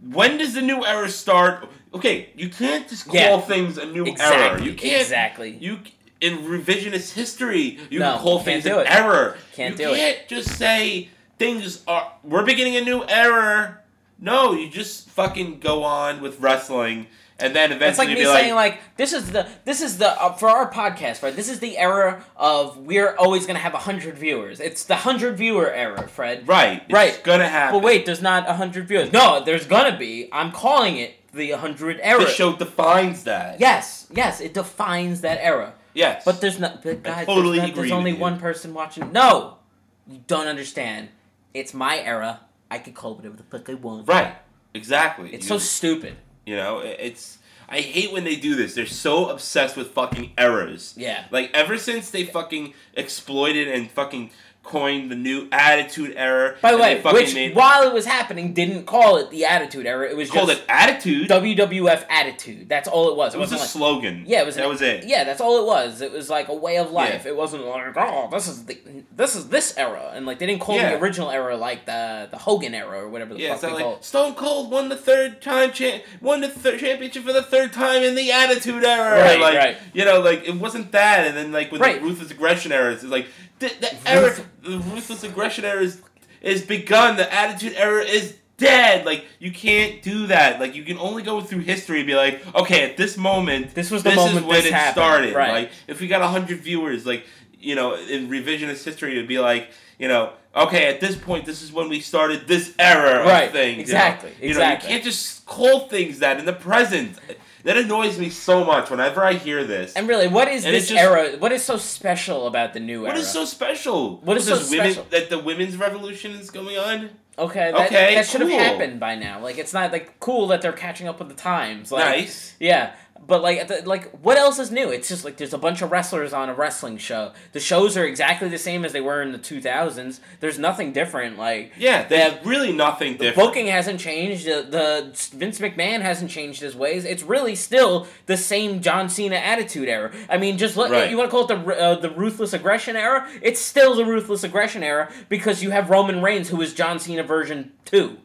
when does the new era start? Okay, you can't just call
Yeah.
things a new
Exactly.
era. You can't.
Exactly.
You in revisionist history, you
No,
can call
can't
things
do
an
it.
error.
Can't
you
do it.
can't just say things are. We're beginning a new era. No, you just fucking go on with wrestling, and then
That's like
eventually
me
be
saying like this is the this is the uh, for our podcast Fred. This is the era of we're always gonna have hundred viewers. It's the hundred viewer era, Fred.
right, it's
Right.
gonna happen.
But wait, there's not hundred viewers. No, there's gonna be. I'm calling it the hundred era.
the show defines that.
Yes, yes, it defines that era.
Yes,
But there's not. But guys,
totally
there's, not- there's
agree
only
with you.
one person watching. No, you don't understand. It's my era. I can call it whatever the fuck I want.
right, exactly.
It's so
You-
stupid.
You know, i- it's. I hate when they do this. They're so obsessed with fucking errors.
Yeah.
Like ever since they fucking exploited and fucking coined the new attitude error.
By the
and they
way,
fucking
which while it was happening, didn't call it the Attitude Era. It was
called
just
it attitude.
WWF Attitude. That's all it was.
it was a
wasn't like-
slogan.
Yeah, it was.
That
an-
was it.
Yeah, that's all it was. It was like a way of life.
Yeah.
It wasn't like oh, this is the this is this era, and like they didn't call
Yeah.
the original era like the the Hogan era or whatever the
Yeah,
fuck
it's
they
not
call.
like
it.
Stone Cold won the third time, cha- won the third championship for the third time in the Attitude Era.
Right,
like,
right.
You know, like it wasn't that, and then like with
Right.
the ruthless aggression era, it's like the, the era,
Ruth-
the ruthless aggression era is is begun. The Attitude Era is dead. Like you can't do that. Like you can only go through history and be like, okay, at this moment,
This was the moment
is when
this
it
happened.
started.
Right.
Like if we got hundred viewers, like you know, in revisionist history, it'd be like, you know, okay, at this point, this is when we started this era of
Right,
things.
exactly,
You know,
exactly.
you can't just call things that in the present. That annoys me so much whenever I hear this.
And really, what is
And
this
it's just-
era? What is so special about the new
what
era?
is so special?
What is
What's
so
this women,
special?
That the women's revolution is going on?
okay, that,
okay,
that should have
cool.
happened by now. Like it's not like cool that they're catching up with the times. Like,
nice.
Yeah, but like, at the, like, what else is new? It's just like there's a bunch of wrestlers on a wrestling show. The shows are exactly the same as they were in the two thousands. There's nothing different. Like,
Yeah,
they
there's
have.
really nothing
The
different.
booking hasn't changed. The, the Vince McMahon hasn't changed his ways. It's really still the same John Cena attitude era. I mean, just look.
Right.
You want to call it the uh, the ruthless aggression era? It's still the ruthless aggression era because you have Roman Reigns, who is John Cena version two.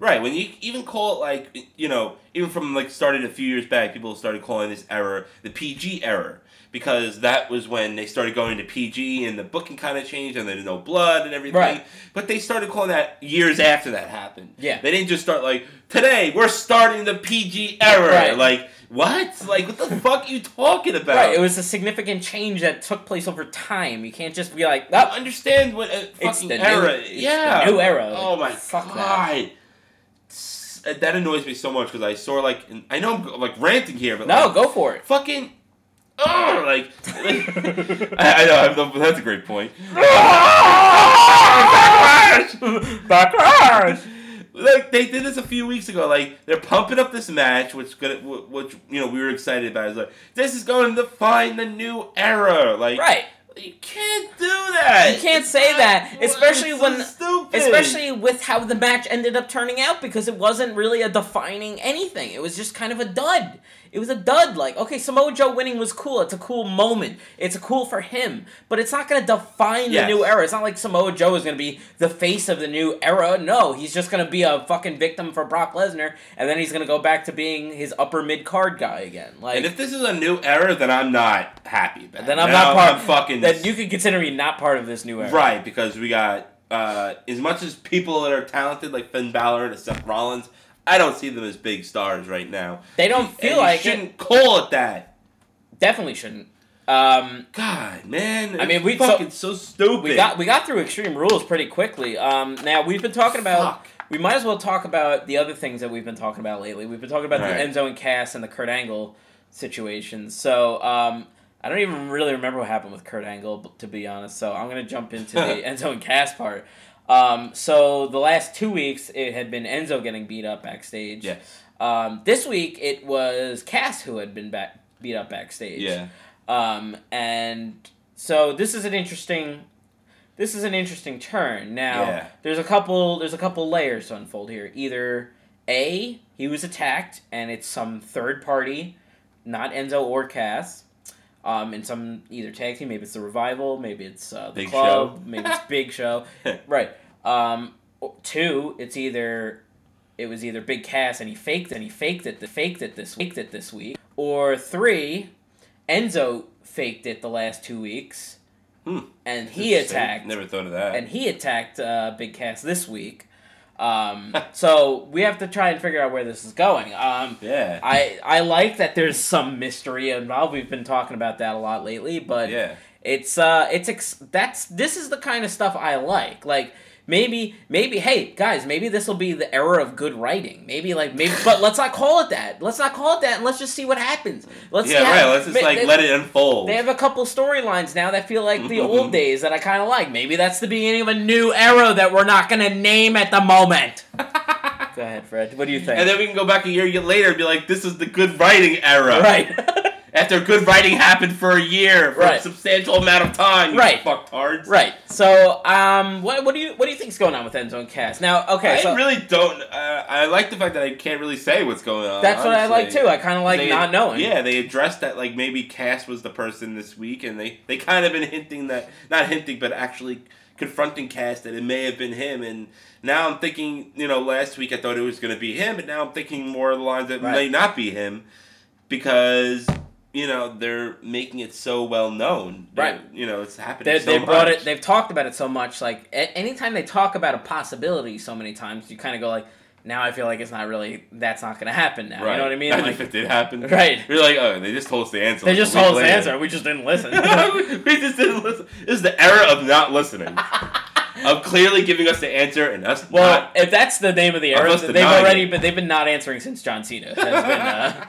Right, when you even call it like you know, even from like started a few years back, people started calling this error the PG error because that was when they started going to PG and the booking kind of changed and there's no blood and everything.
Right.
But they started calling that years after that happened.
Yeah.
They didn't just start like today we're starting the PG error.
Right.
Like what? Like what the fuck you talking about?
Right. It was a significant change that took place over time. You can't just be like, oh,
I understand what a
It's
fucking
the new-
era.
it's the
yeah,
new era.
Oh my
Fuck that.
god, S- uh, that annoys me so much because I saw like in- I know I'm go- like ranting here, but
No,
like,
go for it.
fucking. Oh, like, I, I know. I'm, the- that's a great point.
Backlash.
like they did this a few weeks ago. Like they're pumping up this match, which gonna, wh- which you know we were excited about. It's like this is going to define the new era. Like
Right.
you can't do that.
You can't
It's
say
not-
that, especially
it's so
when-
stupid.
Especially with how the match ended up turning out because it wasn't really a defining anything. It was just kind of a dud. It was a dud. Like, okay, Samoa Joe winning was cool. It's a cool moment. It's cool for him. But it's not going to define
Yes.
the new era. It's not like Samoa Joe is going to be the face of the new era. No, he's just going to be a fucking victim for Brock Lesnar and then he's going to go back to being his upper mid card guy again. Like,
And if this is a new era, then I'm not happy about it.
then I'm not
Now
part
I'm fucking
Then you could consider me not part of this new era.
right because we got uh, as much as people that are talented like Finn Balor and Seth Rollins. I don't see them as big stars right now.
They don't
And
feel
you
like it.
shouldn't call it that.
Definitely shouldn't. Um,
God, man.
I mean,
it's
we- so-
fucking so, stupid.
we got we got through extreme rules pretty quickly. Um, now we've been talking about.
Fuck.
We might as well talk about the other things that we've been talking about lately. We've been talking about the
Right.
Enzo and Cass and the Kurt Angle situation. So um, I don't even really remember what happened with Kurt Angle, b- to be honest. So I'm gonna jump into the
(laughs)
Enzo and Cass part. Um, so the last two weeks, it had been Enzo getting beat up backstage.
Yes.
Um, this week it was Cass who had been back beat up backstage.
Yeah.
Um, and so this is an interesting this is an interesting turn. Now
Yeah.
there's a couple there's a couple layers to unfold here. Either A, he was attacked and it's some third party, not Enzo or Cass. Um, in some either tag team, maybe it's the revival, maybe it's uh, the
Big
club,
Show.
maybe it's Big
(laughs)
Show, right? Um, o- two, it's either it was either Big Cass and he faked and he faked it, faked it this faked it this week, or three, Enzo faked it the last two weeks,
Hmm.
and he
Interesting.
attacked
Never thought of that.
and he attacked uh, Big Cass this week.
(laughs)
Um, so we have to try and figure out where this is going. Um,
yeah.
I I like that there's some mystery involved. We've been talking about that a lot lately, but
yeah.
it's uh it's ex- that's this is the kind of stuff I like. Like maybe maybe hey guys, maybe this will be the era of good writing. Maybe like maybe but let's not call it that. Let's not call it that and let's just see what happens. Let's
Yeah,
see how-
right. Let's just
ma-
like
they-
let it unfold.
They have a couple storylines now that feel like
(laughs)
the old days that I kind of like. Maybe that's the beginning of a new era that we're not going to name at the moment. (laughs) Go ahead, Fred. What do you think?
And then we can go back a year later and be like, this is the good writing era.
right. (laughs)
After good writing happened for a year, for a
Right.
substantial amount of time, you
Right.
fucktards.
right. So, um, what, what do you what do you think's going on with End Zone Cast now? Okay,
I
so
really don't. Uh, I like the fact that I can't really say what's going on.
that's what I like
honestly.
too. I kind of like
They-
not knowing.
Yeah, they addressed that like maybe Cass was the person this week, and they they kind of been hinting that not hinting, but actually confronting Cass that it may have been him. And now I'm thinking, you know, last week I thought it was going to be him, but now I'm thinking more of the lines that
Right.
may not be him because. You know they're making it so well known, They're-
Right.
You know it's happening.
They,
so
they brought
much.
it. They've talked about it so much. Like a, anytime they talk about a possibility, so many times you kind of go like, "Now I feel like it's not really. That's not going to happen now." You know what I mean?
Imagine
Like,
(laughs) if it did happen.
(laughs) Right.
You're like, oh, they just told us the answer.
they
like, a
just
(laughs) week
told us the
later.
answer. We just didn't listen.
(laughs)
(laughs)
we just didn't listen. This is the era of not listening. of clearly giving us the answer and us
well,
not.
if that's the name of the era,
Unless
they've
denying
already
it.
but they've been not answering since John Cena has been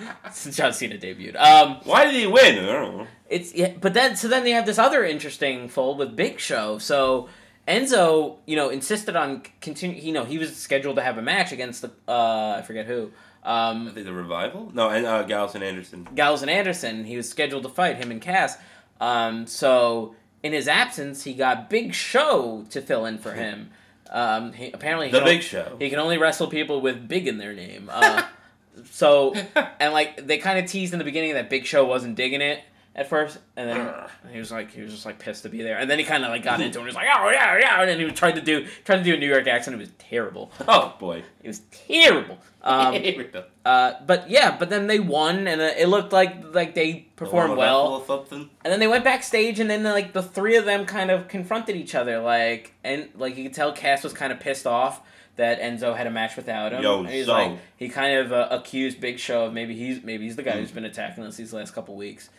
uh, (laughs) since John Cena debuted. Um,
(laughs) Why did he win? I don't know.
It's yeah, but then so then they have this other interesting fold with Big Show. So Enzo, you know, insisted on continue. You know, he was scheduled to have a match against the uh, I forget who,
I
um,
think the revival? No, and uh, Gallus and Anderson.
Gallows and Anderson. He was scheduled to fight him and Cass. Um, so in his absence, he got Big Show to fill in for him. Um, he, apparently, he
The
can o-
Big Show.
He can only wrestle people with big in their name. Uh, so and like they kind of teased in the beginning that Big Show wasn't digging it at first, and then
Ugh.
he was like he was just like pissed to be there, and then he kind of like got into it. and He was like oh yeah yeah, and then he tried to do tried to do a New York accent. It was terrible.
(laughs) Oh, boy.
It was terrible.
(laughs)
Um, uh, but yeah, but then they won, and uh, it looked like like they performed well.
Or something.
And then they went backstage, and then like the three of them kind of confronted each other, like and like you could tell Cass was kind of pissed off that Enzo had a match without him.
Yo,
And he's
so-
like he kind of uh, accused Big Show of maybe he's maybe he's the guy who's
Mm.
been attacking us these last couple weeks,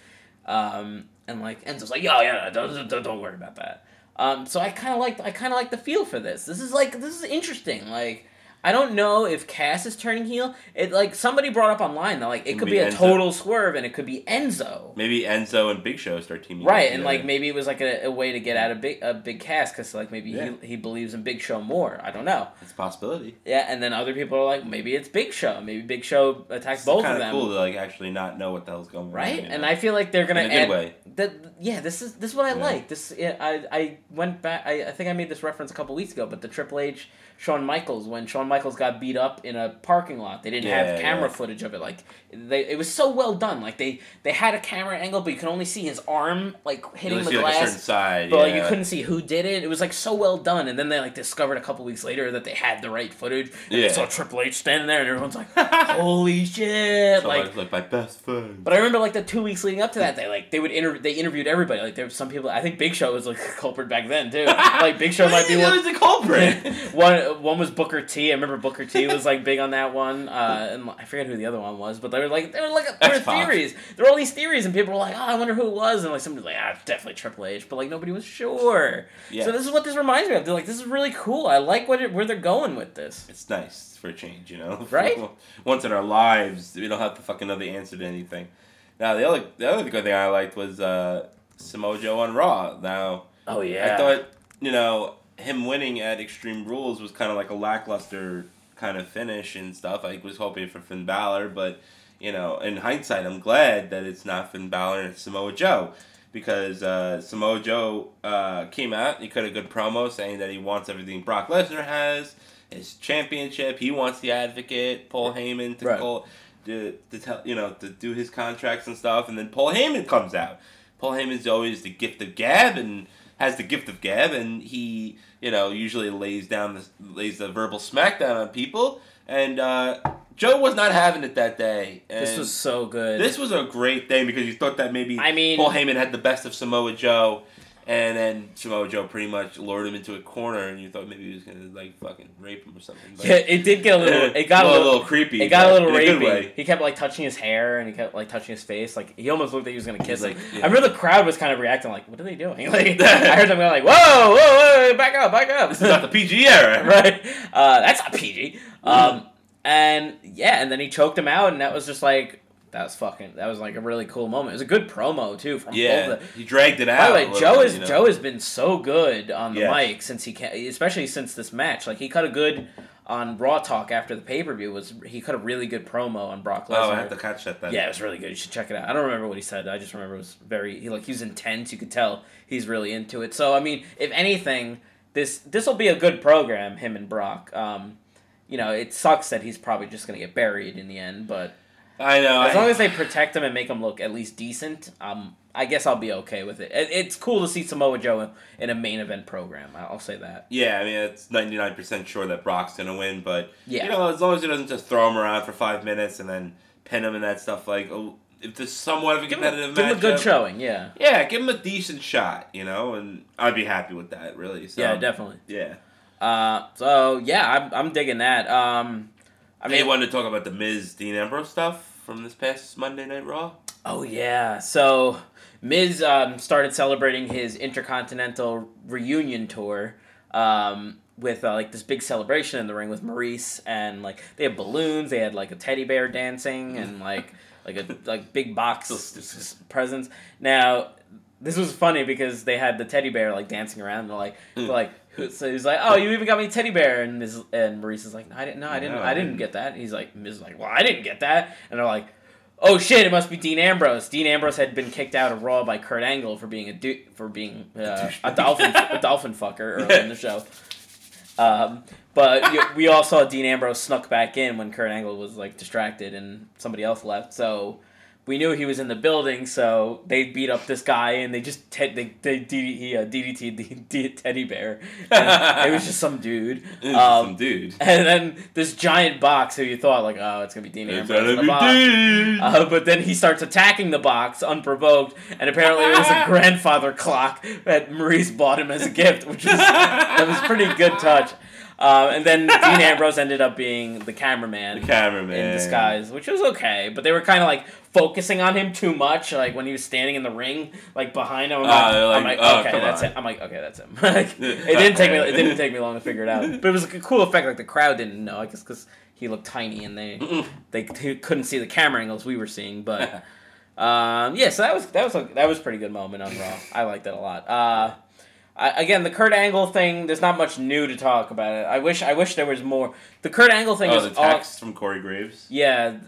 um, and like Enzo's like, yeah, yeah, don't, don't, don't worry about that. Um, so I kind of like I kind of like the feel for this. This is like this is interesting. Like I don't know if Cass is turning heel. It like somebody brought up online that like it could
be
be a
Enzo.
total swerve and it could be Enzo.
Maybe Enzo and Big Show start teaming
Right,
up
and
together.
like maybe it was like a, a way to get out of big a big cast because like maybe
Yeah.
he, he believes in Big Show more. I don't know.
It's a possibility.
Yeah, and then other people are like, maybe it's Big Show. Maybe Big Show attacks
It's
both
kind
of them.
cool to like actually not know what the hell's going on.
Right,
you
and
know?
I feel like they're gonna
In a good
add
way.
that. Yeah, this is this is what I
Yeah.
like. This yeah, I I went back. I, I think I made this reference a couple weeks ago, but the Triple H Shawn Michaels when Shawn Michaels got beat up in a parking lot, they didn't
Yeah,
have camera
yeah.
footage of it. Like they, it was so well done. Like they they had a camera angle, but you could only see his arm like
You
hitting
only
the
see, like, a
glass.
certain side.
But like,
yeah.
you couldn't see who did it. It was like so well done, and then they like discovered a couple weeks later that they had the right footage. And
Yeah.
They saw Triple H standing there, and everyone's like, (laughs) "Holy shit!"
So,
like,
like, like my best friend.
but I remember like the two weeks leading up to that, they like they would interview they interviewed everybody. Like there were some people. I think Big Show was like (laughs) a culprit back then
(laughs)
too. Like Big Show might be
That
one.
was
(laughs)
the culprit.
One
(laughs)
one was Booker T. I remember Booker T. was like big on that one, uh, and I forget who the other one was. But they were like they were like there were
X-Pac.
theories. There were all these theories, and people were like, "Oh, I wonder who it was," and like somebody's like, "Ah, it's definitely Triple H," but like nobody was sure.
Yeah.
So this is what this reminds me of. They're like, "This is really cool. I like what it, where they're going with this."
it's nice for a change, you know. (laughs)
Right?
Once in our lives, we don't have to fucking know the answer to anything. Now the other the other good thing I liked was uh, Samoa Joe on Raw. Now
Oh yeah.
I thought you know him winning at Extreme Rules was kind of like a lackluster kind of finish and stuff. I was hoping for Finn Balor, but you know, in hindsight, I'm glad that it's not Finn Balor and it's Samoa Joe. Because uh, Samoa Joe uh, came out, he cut a good promo saying that he wants everything Brock Lesnar has, his championship. He wants the advocate, Paul Heyman, to
Right.
call, to, to tell you know to do his contracts and stuff. And then Paul Heyman comes out. Paul Heyman's always the gift of gab and has the gift of gab, and he you know usually lays down the lays the verbal smackdown on people. And uh, Joe was not having it that day. And
this was so good.
this was a great thing because you thought that maybe
I mean-
Paul Heyman had the best of Samoa Joe, and then Samoa Joe pretty much lured him into a corner, and you thought maybe he was gonna like fucking rape him or something. But
yeah, it did get a little. It got
Well,
a little
creepy.
It got a little
but in good
rapey.
way.
He kept like touching his hair and he kept like touching his face. Like he almost looked like he was gonna kiss
like,
him.
yeah.
I remember the crowd was kind of reacting like, "What are they doing?" (laughs)
(laughs)
Like I heard them go like, "Whoa, whoa, whoa, back up, back
This is not (laughs)
up!" (laughs)
the PG era.
right? Uh, that's not PG. Um, and yeah, and then he choked him out, and that was just like that was fucking. That was like a really cool moment. It was a good promo too from both
Yeah,
of the.
he dragged it
By
out.
the
a
way,
little
Joe
bit,
is
you know.
Joe has been so good on the
Yeah.
mic since he can, especially since this match. Like he cut a good on Raw Talk after the pay per view was he cut a really good promo on Brock Lesnar.
Oh, I have to catch that then.
Yeah, it was really good. You should check it out. I don't remember what he said. I just remember it was very he like he was intense. You could tell he's really into it. So I mean, if anything, this this will be a good program. Him and Brock. Um, you know, it sucks that he's probably just gonna get buried in the end, but
I know.
as
I-
long as they protect him and make him look at least decent, um, I guess I'll be okay with it. it. It's cool to see Samoa Joe in a main event program. I- I'll say that.
Yeah, I mean it's ninety nine percent sure that Brock's gonna win, but
Yeah.
you know as long as he doesn't just throw him around for five minutes and then pin him and that stuff. Like oh, if there's somewhat of a
Give him,
competitive
give him a good
matchup,
showing. Yeah.
Yeah, give him a decent shot, you know, and I'd be happy with that really. So,
Yeah, definitely.
Yeah,
Uh, so yeah, I'm, I'm digging that. Um, I
I
mean,
mean, wanted to talk about the Miz Dean Ambrose stuff from this past Monday Night Raw.
Oh yeah. So Miz um, started celebrating his intercontinental reunion tour um, with uh, like this big celebration in the ring with Maurice, and like they had balloons, they had like a teddy bear dancing,
(laughs)
and like like a like big box s- (laughs) presents. Now. This was funny because they had the teddy bear like dancing around. And they're like, they're
Mm.
like, (laughs) who- so he's like, oh, you even got me a teddy bear, and Miz, and Maurice is like, no, I didn't, no, I didn't,
No, I
I didn't
didn't.
get that. And he's like, Miz is like, well, I didn't get that, and they're like, Oh shit! It must be Dean Ambrose. Dean Ambrose had been kicked out of Raw by Kurt Angle for being a du- for being uh, a dolphin a
(laughs)
dolphin fucker early in the show. Um, but you- we all saw Dean Ambrose snuck back in when Kurt Angle was like distracted and somebody else left. So we knew he was in the building. So they beat up this guy and they just te- they they D- he, uh, DDT (laughs) D- Teddy Bear. And it was just some
(laughs)
dude.
This is
Um,
some dude.
and then this giant box who you thought like, oh, it's gonna be Dean
It's
Ambrose. in
gotta
the
be
box.
Dean.
Uh, but then he starts attacking the box unprovoked, and apparently it was a grandfather clock that Maurice bought him as a gift, which was that was a pretty good touch. Uh, and then Dean Ambrose ended up being the cameraman
the cameraman
in disguise, which was okay. But they were kind of like focusing on him too much, like when he was standing in the ring, like behind him. I'm
Ah,
like,
they're
I'm
like,
like,
oh,
okay,
come
that's
on.
it. I'm like, okay, that's him. (laughs) like, it didn't take me. It didn't take me long to figure it out.
(laughs)
But it was a cool effect. Like the crowd didn't know. I guess because he looked tiny and they they c- couldn't see the camera angles we were seeing,
(laughs)
but. Um, yeah, so that was that was a, that was a pretty good moment on Raw. I liked that a lot. Uh, I, again, the Kurt Angle thing. There's not much new to talk about it. I wish I wish there was more. The Kurt Angle thing
Oh,
is
the
all-
text from Corey Graves.
yeah, th-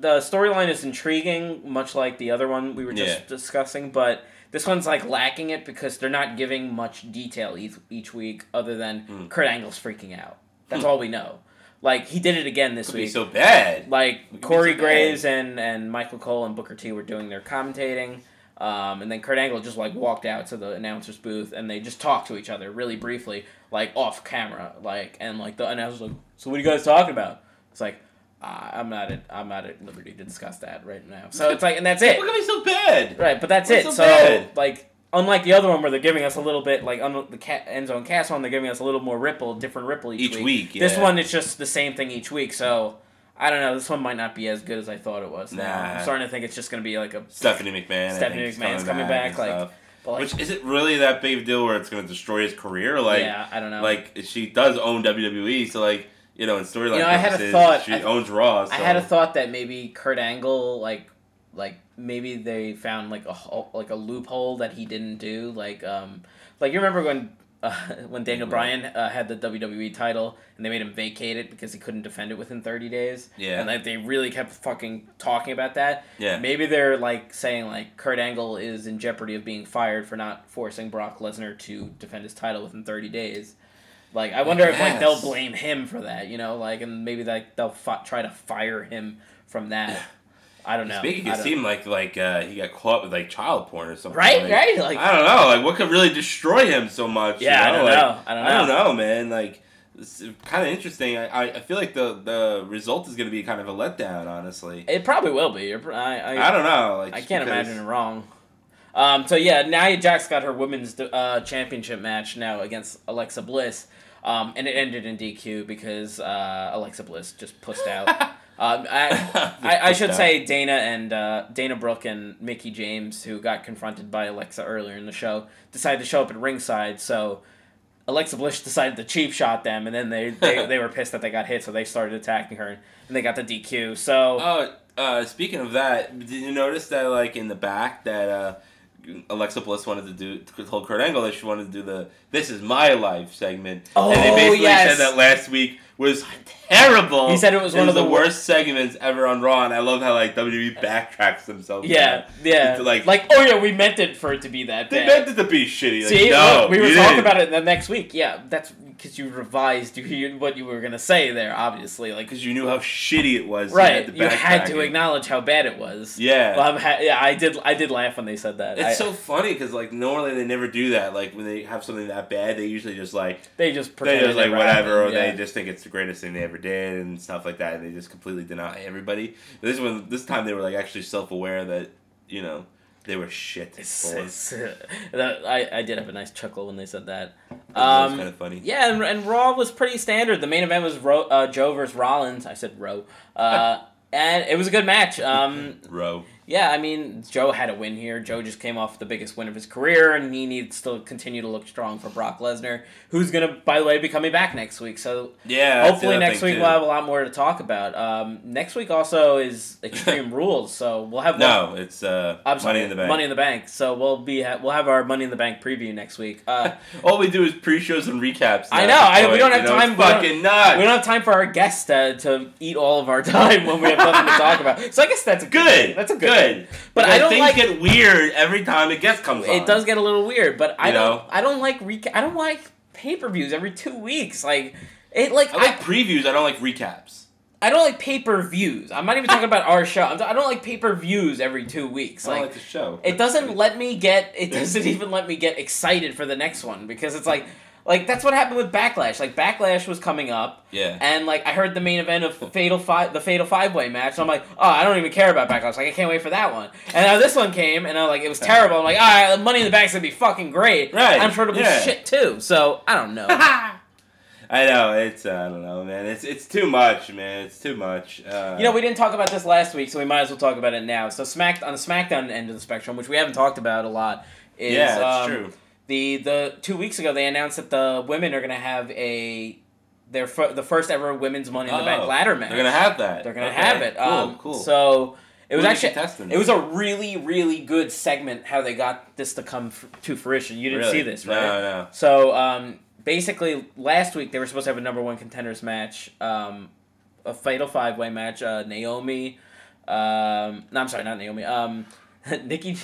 the storyline is intriguing, much like the other one we were just
Yeah.
discussing, but this one's like lacking it because they're not giving much detail each, each week other than
Hmm.
Kurt Angle's freaking out. That's all we know. Like he did it again this
Could be
week.
Hmm. so bad.
like
be
Corey
so bad.
Graves and and Michael Cole and Booker T were doing their commentating. Um, and then Kurt Angle just like walked out to the announcer's booth and they just talked to each other really briefly, like off camera, like and like the announcer's like, "So what are you guys talking about?" It's like, uh, "I'm not at I'm not at liberty to discuss that right now." So it's like, and
(laughs)
that's it,
What could be so bad?
right? But that's
We're
it.
so
So
bad.
like, unlike the other one where they're giving us a little bit, like un- the cat end zone cast one, they're giving us a little more ripple, different ripple each,
Each week,
This
yeah.
one it's just the same thing each week, so. I don't know. This one might not be as good as I thought it was. Now.
Nah.
I'm starting to think it's just going to be like a
Stephanie McMahon. I
Stephanie
think, is
McMahon's coming back,
and
like-
stuff.
but, like,
Which is it really that big of a deal where it's gonna destroy his career? Like,
yeah, I don't know.
like she does own WWE, so like you know, in storyline,
You know, I had a
purposes,
thought-
She
I-
owns Raw. So.
I had a thought that maybe Kurt Angle like like maybe they found like a ho- like a loophole that he didn't do like um like you remember when (laughs) uh, when Daniel Bryan uh, had the WWE title and they made him vacate it because he couldn't defend it within 30 days
Yeah.
and like they really kept fucking talking about that
Yeah.
maybe they're like saying like Kurt Angle is in jeopardy of being fired for not forcing Brock Lesnar to defend his title within 30 days like I wonder if like they'll
guess.
blame him for that, you know, like and maybe like they'll fi- try to fire him from
(sighs)
that. I don't know.
Speaking,
I
it
don't-
seemed like like uh, he got caught with like child porn or something.
right,
like-
right, like
I don't know. Like, what could really destroy him so much?
Yeah, I
you know?
don't
like,
know. I don't know.
I don't know, man. Like, it's kind of interesting. I, I, I feel like the the result is gonna be kind of a letdown, honestly.
it probably will be. You're pr- I I,
I don't know. Like,
I
just
can't
because-
imagine it wrong. Um, so yeah, Nia Jax got her women's uh, championship match now against Alexa Bliss, um, and it ended in DQ because uh, Alexa Bliss just pussed
(laughs)
out. um, I, I, I
Just
should
pussed
say Dana and uh, Dana Brooke and Mickey James, who got confronted by Alexa earlier in the show, decided to show up at ringside. So Alexa Bliss decided to cheap shot them, and then they
(laughs)
they, they were pissed that they got hit, so they started attacking her, and they got the DQ. So
Oh, uh, speaking of that, did you notice that like in the back that uh, Alexa Bliss wanted to do told Kurt Angle that she wanted to do the "This Is My Life" segment,
Oh,
and they basically
yes.
said that last week was terrible.
He said it was one of the wor-
worst segments ever on Raw, and I love how like WWE backtracks themselves. on
Yeah,
that.
yeah.
It's like,
oh yeah, we meant it for it to be that
they
bad.
meant it to be shitty. Like,
See,
no,
look, we
you
were talking
didn't.
about it the next week. Yeah, that's because you revised you- you, what you were gonna say there. Obviously, like
because you knew how shitty it was. so
right,
You
you
had to,
had
backtrack
to
it.
acknowledge how bad it was.
Yeah.
Well, I'm ha- yeah, I did. I did laugh when they said that.
(laughs) It's
I-
so funny because like normally they never do that. Like when they have something that bad, they usually just like
they just
they
pretended
just like
it
whatever, or
happened, yeah.
they just think it's the greatest thing they ever did and stuff like that, and they just completely deny everybody. But this one, this time they were like actually self aware that you know they were shit.
(laughs) It's,
Well,
it's, that, I, I did have a nice chuckle when they said that.
that was
Um,
kind of funny.
Yeah, and, and Raw was pretty standard. The main event was Ro- uh, Joe versus Rollins. I said Roe. Uh, (laughs) and it was a good match. Um,
Row.
yeah, I mean, Joe had a win here. Joe just came off the biggest win of his career, and he needs to continue to look strong for Brock Lesnar, who's going to, by the way, be coming back next week. So
Yeah. that's the
hopefully
other
next
thing,
week
too.
we'll have a lot more to talk about. Um, next week also
(laughs)
is Extreme Rules, so we'll have
No, it's uh,
I'm sorry,
money in the bank.
Money in the Bank. So we'll be ha- we'll have our Money in the Bank preview next week.
(laughs)
Uh,
All we do is pre-shows and recaps.
I
now.
know, I-
So,
we don't
you
have
know, it's
time, we don't-
Fucking nuts.
we don't have time for our guests to, to eat all of our (laughs) time when we have nothing to talk about. So I guess that's a good.
good.
thing. That's a good.
good.
But
Because
I don't
things
like-
get weird every time a guest comes on.
It does get a little weird, but I
You
don't.
know?
I don't like reca- I don't like pay per views every two weeks. Like it. Like
I like
I,
previews. I don't like recaps.
I don't like pay per views. I'm not even talking about our show. I'm t- I don't like pay per views every two weeks.
I don't
Like
like the show.
it
(laughs)
doesn't let me get it doesn't even let me get excited for the next one because it's like like that's what happened with backlash like backlash was coming up
Yeah.
and like i heard the main event of fatal five the fatal five way match and i'm like oh i don't even care about backlash like i can't wait for that one and now this one came and i like it was terrible i'm like all right money in the bank's gonna be fucking great
Right,
i'm sure it'll be
yeah.
shit too so i
(laughs)
don't know
I know it's I don't know, man. It's it's too much, man. It's too much. Uh,
You know, we didn't talk about this last week, so we might as well talk about it now. So, Smack on the SmackDown end of the spectrum, which we haven't talked about a lot, is
Yeah, that's
um,
true.
The the two weeks ago they announced that the women are gonna have a their fir- the first ever women's Money in the Bank
Oh,
ladder match.
They're gonna have that.
They're gonna
Okay,
have it.
Cool,
um,
cool.
So it was
Who are the
actually
contestants?
it was a really really good segment how they got this to come f- to fruition. You didn't
Really?
see this, right?
No, no.
So um, basically, last week they were supposed to have a number one contenders match, um, a fatal five way match. Uh, Naomi, um, no, I'm sorry, not Naomi. Um, (laughs) Nikki,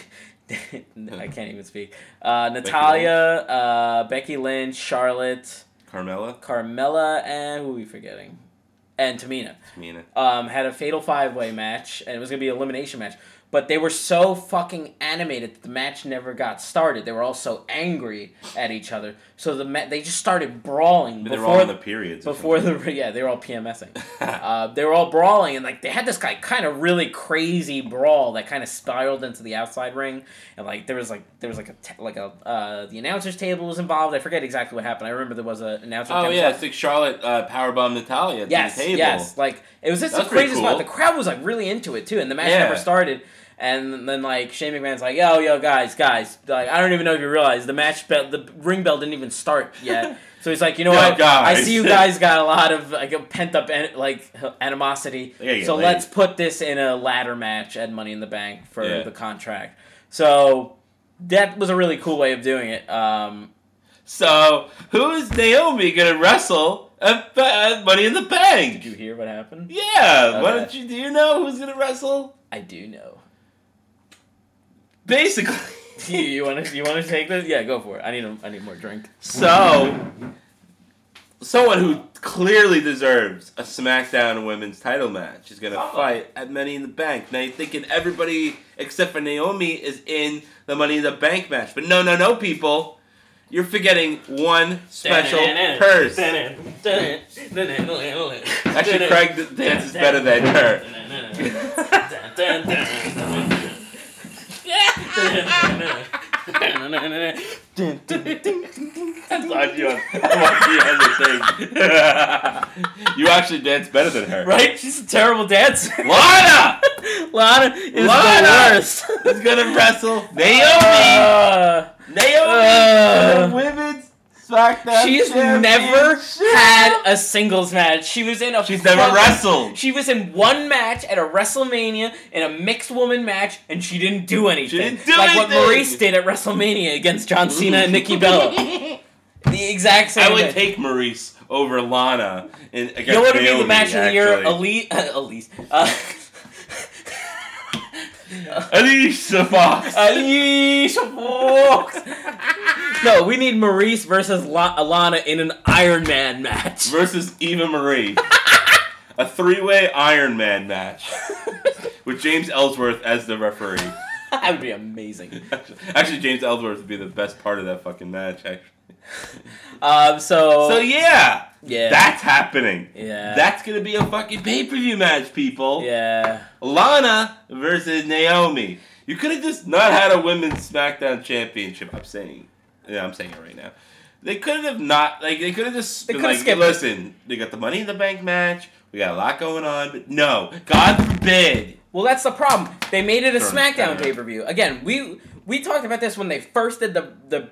I can't even speak. Uh, Natalia, uh, Becky Lynch, Charlotte,
Carmella,
uh, Carmella, and who are we forgetting? And Tamina
Mina.
um, had a fatal five way match, and it was gonna be an elimination match. But they were so fucking animated that the match never got started. They were all so angry at each other, so the ma- they just started brawling
They
before
were all in the periods. or
before
something.
the (laughs) yeah they were all PMSing. uh, they were all brawling and like they had this like kind of really crazy brawl that kind of spiraled into the outside ring and like there was like there was like a t- like a uh, the announcers table was involved. I forget exactly what happened. I remember there was an announcer.
Oh
table.
yeah, it's like Charlotte uh, powerbombed Natalia to
Yes,
the table.
yes. Like it was just
That
the
was pretty
craziest spot.
cool.
The crowd was like really into it too, and the match
Yeah.
never started. And then like Shane McMahon's like, yo, yo, guys, guys, like I don't even know if you realize the match bell, the ring bell didn't even start
(laughs)
yet. so he's like, you know
Yo,
what? I
guys."
see you guys got a lot of like pent up an- like animosity.
They gotta get
So
laid.
let's put this in a ladder match at Money in the Bank for
Yeah.
the contract. So that was a really cool way of doing it. Um,
So who is Naomi gonna wrestle at Ba- at Money in the Bank?
did you hear what happened?
Yeah. Why
Okay.
don't you? Do you know who's gonna wrestle?
I do know.
Basically.
you want to you want to take this? Yeah, go for it. I need a, I need more drink.
So, someone who clearly deserves a SmackDown Women's Title match is gonna
Someone.
fight at Money in the Bank. Now you're thinking everybody except for Naomi is in the Money in the Bank match, but no, no, no, people, you're forgetting one special person. Actually,
Actually,
Craig d- dances better than her. That's on you on, on you on the thing.
(laughs)
you actually dance better than her.
Right? She's a terrible dancer.
Lana
Lana is
Lana!
the worst.
is gonna wrestle Naomi.
Uh,
Naomi
Uh.
for the women's Smack that
She's never had a singles match. She was in a.
She's never
fucking-
wrestled.
She was in one match at a WrestleMania in a mixed woman match, and she didn't do anything.
didn't do
like
anything.
what Maurice did at WrestleMania against
(laughs)
John Cena and Nikki Bella. The exact same.
I would
thing.
take Maurice over Lana. In, against
You know what would be the
Naomi,
match of the year? Elise.
actually.
(laughs) Elise. Uh, (laughs)
Alicia Fox.
Uh, Alicia Fox. no, we need Maurice versus La- Alana in an Iron Man match. (laughs)
versus Eva Marie. a three-way Iron Man match with James Ellsworth as the referee. (laughs)
that would be amazing.
Actually, James Ellsworth would be the best part of that fucking match. Actually.
Um, so,
So yeah,
yeah,
that's happening.
yeah,
That's gonna be a fucking pay-per-view match, people.
yeah.
Lana versus Naomi. You could have just not had a women's SmackDown championship. I'm saying, yeah, I'm saying it right now. They could have not like they could have just
They
been
could have
like,
skipped it.
listen, we got the Money in the Bank match. We got a lot going on, but no, God forbid.
Well, that's the problem. They made it a
Sure,
SmackDown
yeah.
pay per view. Again, we we talked about this when they first did the the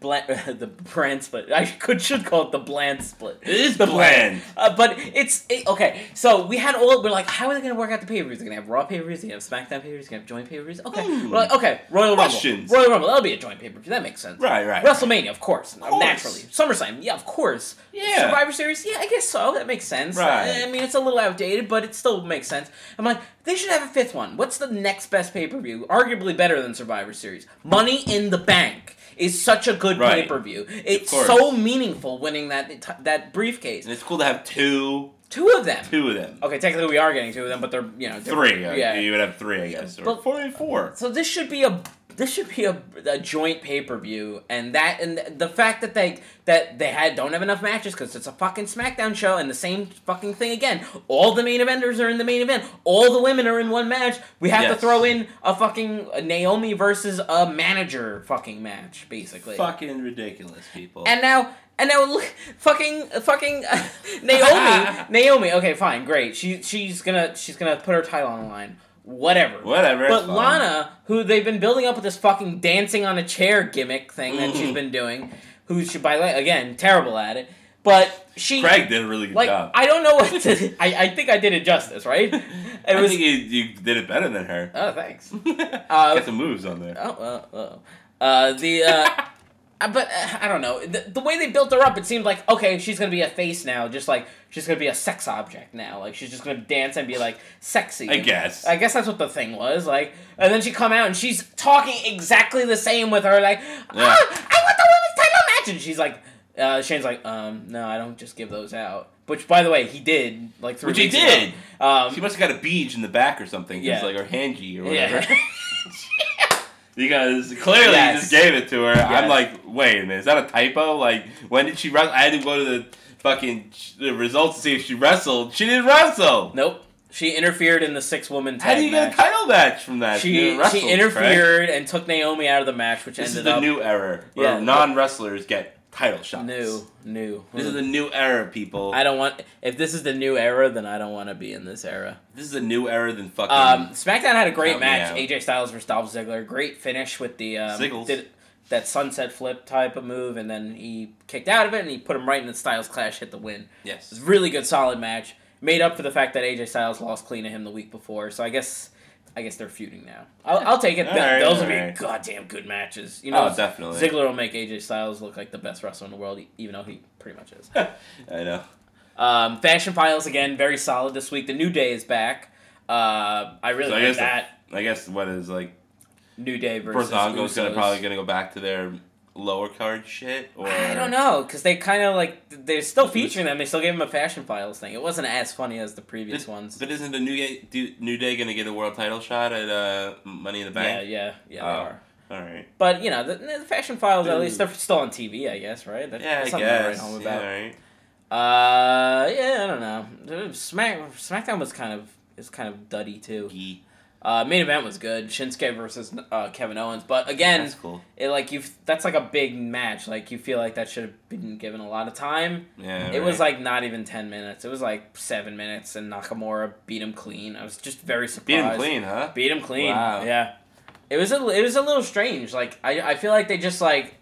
bland, (laughs) the brand split. I could should call it the bland split.
It is
the
bland.
Uh, but it's it, okay. So we had all we're like, how are they going to work out the pay per views? They're going to have Raw pay per views. They're going to have SmackDown pay per views. They're going to have joint pay per views. Okay,
Hmm.
we're like, okay, Royal
Questions.
Rumble, Royal Rumble. That'll be a joint pay per view. That makes sense.
Right, right.
WrestleMania, of course,
course.
naturally. SummerSlam, yeah, of course.
Yeah.
Survivor Series, yeah, I guess so. That makes sense. Eh,
Right.
I mean, it's a little outdated, but it still makes sense. I'm like, they should have a fifth one. What's the next best pay per view? Arguably better than Survivor Series. Money in the Bank is such a good
Right.
pay per view. It's
course.
so meaningful winning that that briefcase.
And it's cool to have two,
Two of them.
two of them,
Okay, technically we are getting two of them, but they're you know different.
three. uh, you would have three, I guess, or
But-
four and four.
So this should be a this should be a, a joint pay per view, and that and the fact that they that they had don't have enough matches because it's a fucking SmackDown show and the same fucking thing again. All the main eventers are in the main event. All the women are in one match. We have
Yes.
to throw in a fucking Naomi versus a manager fucking match, basically.
Fucking ridiculous, people.
And now, and now, look, fucking, fucking (laughs)
(laughs)
Naomi, Naomi. Okay, fine, great. She she's gonna she's gonna put her title on the line. Whatever.
Whatever, it's
But
fine.
Lana, who they've been building up with this fucking dancing on a chair gimmick thing that she's
Mhm.
been doing, who she by the way again terrible at it, but she
Craig did a really good
like
job.
I don't know what to. I I think I did it justice,
(laughs)
right? It
I
was.
think you, you did it better than her.
Oh, thanks. Uh,
Get some moves on there.
Oh, well, well. Uh, the, uh, uh, but uh, I don't know. The, the way they built her up, it seemed like, okay, she's gonna be a face now, just like, she's gonna be a sex object now. Like, she's just gonna dance and be, like, sexy.
I guess.
I guess that's what the thing was, like, and then she come out and she's talking exactly the same with her, like,
Yeah.
ah, I want the women's title match! And she's like, uh, Shane's like, um, no, I don't just give those out. Which, by the way, he did, like, three
Which he
weeks ago.
did.
Um,
She must have got a beach in the back or something. Yeah.
Yeah.
like her hangy or whatever.
yeah.
Because clearly you
Yes.
just gave it to her. I'm
Yes.
like, wait a minute, is that a typo? Like, when did she wrestle? I had to go to the fucking the results to see if she wrestled. She didn't wrestle.
(laughs) nope. She interfered in the six-woman tag
How do you
match.
get a title match from that?
she
didn't wrestle,
she
correct?
interfered and took Naomi out of the match, which
This is
ended
the
up
new era where
Yeah.
non wrestlers get title shots.
new, new. hmm.
This is the new era, people.
I don't want. If this is the new era, then I don't want to be in this era.
this is a new era than fucking.
Um, SmackDown had a great
Count Hmm. me
match.
out.
AJ Styles versus Dolph Ziggler. Great finish with the um,
Ziggles.
did that sunset flip type of move, and then he kicked out of it, and he put him right in the Styles Clash, hit the win. It was
yes.
a really good, solid match. Made up for the fact that AJ Styles lost clean to him the week before, so I guess. I guess they're feuding now. I'll, I'll take it.
All
Th-
right,
Those
all
will
right.
be goddamn good matches. You know,
Oh, definitely.
Ziggler will make AJ Styles look like the best wrestler in the world, e- even though he pretty much is. (laughs)
I know.
Um, Fashion Files again, very solid this week. The New Day is back. Uh, I really
So I
like
guess the-
that
I guess what is like
New Day versus
Brazongo's gonna
Usos.
probably gonna go back to their lower card shit or
I don't know because they kind of like th- they're still featuring them. They still gave them a Fashion Files thing. It wasn't as funny as the previous ones.
But isn't the new day, do- new day gonna get a world title shot at uh, Money in the
Yeah,
Bank?
yeah, yeah. They
Oh.
are.
All right.
But you know, the, the Fashion Files at
Ooh.
least they're still on TV. I guess right. That-
Yeah,
that's
I
something to write
guess.
home about.
Yeah, all right.
Uh, yeah, I don't know. Smack SmackDown was kind of is kind of duddy too.
Gee,
Uh, main event was good. Shinsuke versus uh, Kevin Owens, but again,
that's cool.
it like you that's like a big match. Like you feel like that should have been given a lot of time.
Yeah.
It
right.
was like not even ten minutes. It was like seven minutes, and Nakamura beat him clean. I was just very surprised.
beat him clean, huh?
Beat him clean.
Wow.
Yeah. It was a it was a little strange. Like I I feel like they just like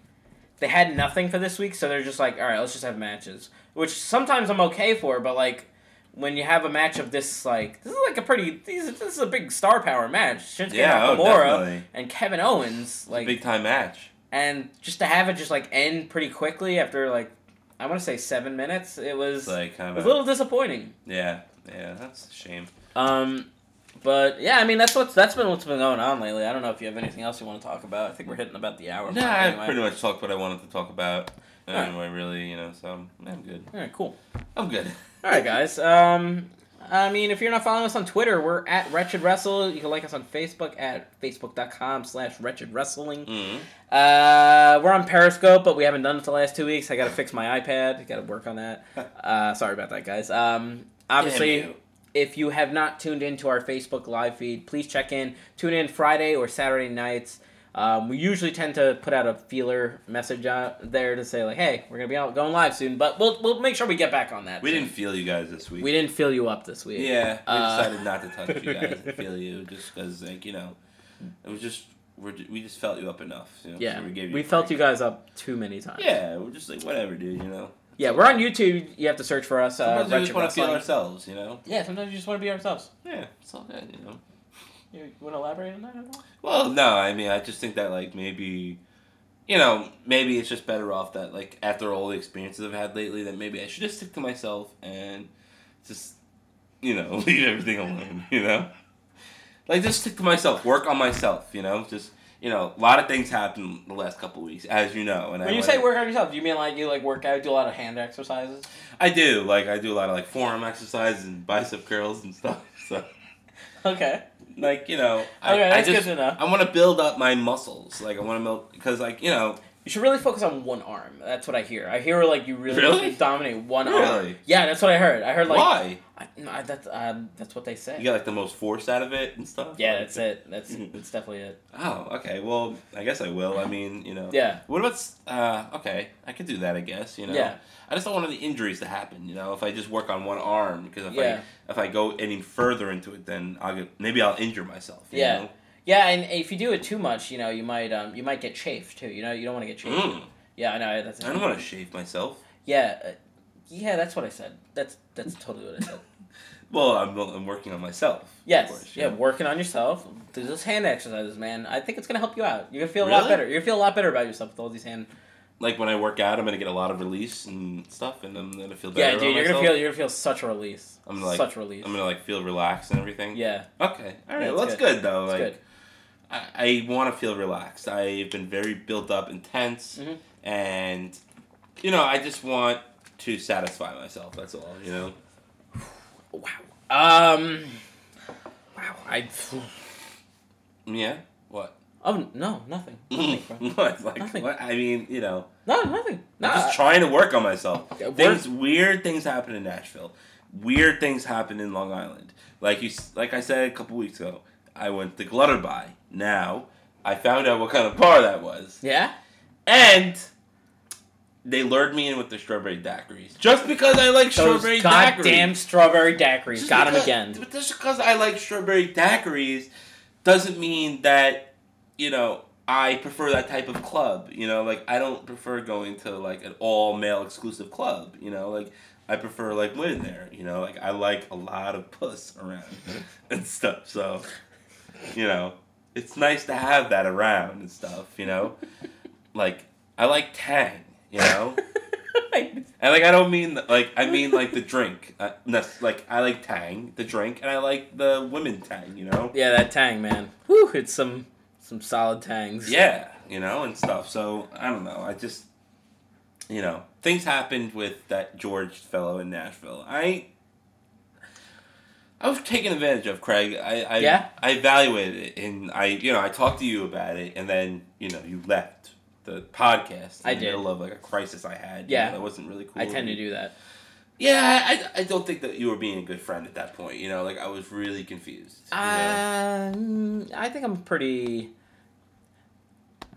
they had nothing for this week, so they're just like, all right, let's just have matches. Which sometimes I'm okay for, but like when you have a match of this, like this is like a pretty these this is a big star power match. Shinsuke
Yeah, oh,
Nakamura
definitely.
and Kevin Owens, like
Big time match.
and just to have it just like end pretty quickly after like I want to say seven minutes, it was
It's like
it
kind
was
of
a little disappointing.
yeah, yeah. That's a shame.
Um, but yeah, I mean that's what's that's been what's been going on lately. I don't know if you have anything else you want to talk about. I think we're hitting about the hour.
No,
mark
I
anyway.
pretty much talked what I wanted to talk about.
All right.
And I really, you know, so I'm good.
All right, cool.
I'm good.
All right, guys. Um, I mean, if you're not following us on Twitter, we're at Wretched Wrestle. You can like us on Facebook at facebook.com slash Wretched Wrestling.
Mhm.
Uh, we're on Periscope, but we haven't done it the last two weeks. I got to fix my iPad. Got to work on that.
(laughs)
Uh, sorry about that, guys. Um, obviously,
Damn you.
if you have not tuned into our Facebook live feed, please check in. Tune in Friday or Saturday nights. Um, we usually tend to put out a feeler message out there to say like, "Hey, we're gonna be out going live soon," but we'll we'll make sure we get back on that.
We
soon.
didn't feel you guys this week.
we didn't fill you up this week.
Yeah, (laughs) we
Uh,
decided not to touch you guys and
(laughs)
feel you just because, like, you know, it was just we're, ju- we just felt you up enough. You know,
yeah.
so
We,
we gave you. a
felt you
break.
guys up too many times.
Yeah, we're just like whatever, dude. You know.
yeah. We're on YouTube. You have to search for us. Uh,
Sometimes we just
Wretched
want to feel
Wrestling.
ourselves, you know.
Yeah, sometimes you just want to be ourselves.
Yeah, it's all good, you know.
You want to elaborate on that at all?
Well, no, I mean, I just think that like maybe, you know, maybe it's just better off that like after all the experiences I've had lately, that maybe I should just stick to myself and just, you know, (laughs) leave everything alone. You know, like just stick to myself, work on myself. You know, just you know, a lot of things happened the last couple weeks, as you know. And I
When you
went-
say work on yourself, do you mean like you like work out, do a lot of hand exercises?
I do like I do a lot of like forearm exercises and bicep curls and stuff. (laughs) So.
Okay.
Like you know, I,
Okay,
I
that's
just
good to know.
I want to build up my muscles. Like I want to build because like you know
You should really focus on one arm. That's what I hear. I hear like you really,
Really?
dominate one arm.
Really?
Yeah, that's what I heard. I heard like
why
I, no, I- that's um, that's what they
You
said.
get like the most force out of it and stuff.
Yeah,
Like,
that's it. That's
(laughs)
that's definitely it.
Oh, okay. Well, I guess I will. I mean, you know.
Yeah.
What about? s- Uh, okay, I could do that. I guess you know.
Yeah.
I just don't want any injuries to happen. You know, if I just work on one arm, because if
Yeah.
I if I go any further into it, then I'll get maybe I'll injure myself. you
Yeah.
know?
Yeah, and if you do it too much, you know, you might um, you might get chafed too. You know, you don't want to get chafed.
Mm,
Yeah, I know. That's
I don't want to shave myself.
Yeah, uh, yeah, that's what I said. That's that's totally what I
(laughs)
said.
Well, I'm, I'm working on myself. of
Yes.
course,
yeah. working on yourself. Do those hand exercises, man. I think it's gonna help you out. You're gonna feel a lot
Really?
better. You're gonna feel a lot better about yourself with all these hand.
Like when I work out, I'm gonna get a lot of release and stuff, and I'm gonna feel better.
Yeah, dude,
about
you're gonna
myself.
feel you're gonna feel such a release.
I'm like-
such release.
I'm gonna like feel relaxed and everything.
yeah,
Okay. All
Yeah, it's
right. well, that's
good.
good, though.
it's
like,
good.
I, I want to feel relaxed. I've been very built up and tense,
Mhm.
and you know, I just want to satisfy myself. That's all. You know.
Wow. Um. Wow. I.
Yeah. What?
Oh no, nothing. Nothing. bro.
No, it's like
Nothing.
(laughs) what? I mean, you know,
no, nothing. No.
I'm just trying to work on myself.
Yeah, work-
Things weird things happen in Nashville. Weird things happen in Long Island. Like you, s- like I said a couple weeks ago, I went to Glutterby. Now I found out what kind of bar that was.
yeah.
And they lured me in with the strawberry daiquiris. Just because I like
Those
strawberry daiquiris.
goddamn strawberry daiquiris.
Just
Got him
because-
again.
but Just because I like strawberry daiquiris doesn't mean that, you know, I prefer that type of club. You know, like, I don't prefer going to, like, an all male exclusive club. You know, like, I prefer, like, women there. You know, like, I like a lot of puss around (laughs) and stuff. So, you know, it's nice to have that around and stuff, you know? like, I like Tang, you know? And like I don't mean like I mean like the drink. (laughs) Uh, that's like I like Tang, the drink, and I like the women Tang, you know.
(laughs) yeah, that tang, man. Whew, it's some some solid tangs.
Yeah, you know, and stuff. So I don't know. I just, you know, things happened with that George fellow in Nashville. I, I was taken advantage of, Craig. I, I,
Yeah?
I evaluated it, and I, you know, I talked to you about it, and then you know, you left the podcast. In
I
the
did.
middle of like a crisis I had.
Yeah.
you know, that wasn't really cool.
I tend to do that.
Yeah, I, I don't think that you were being a good friend at that point. You know, like I was really confused. you know?
Uh, Um, I think I'm pretty.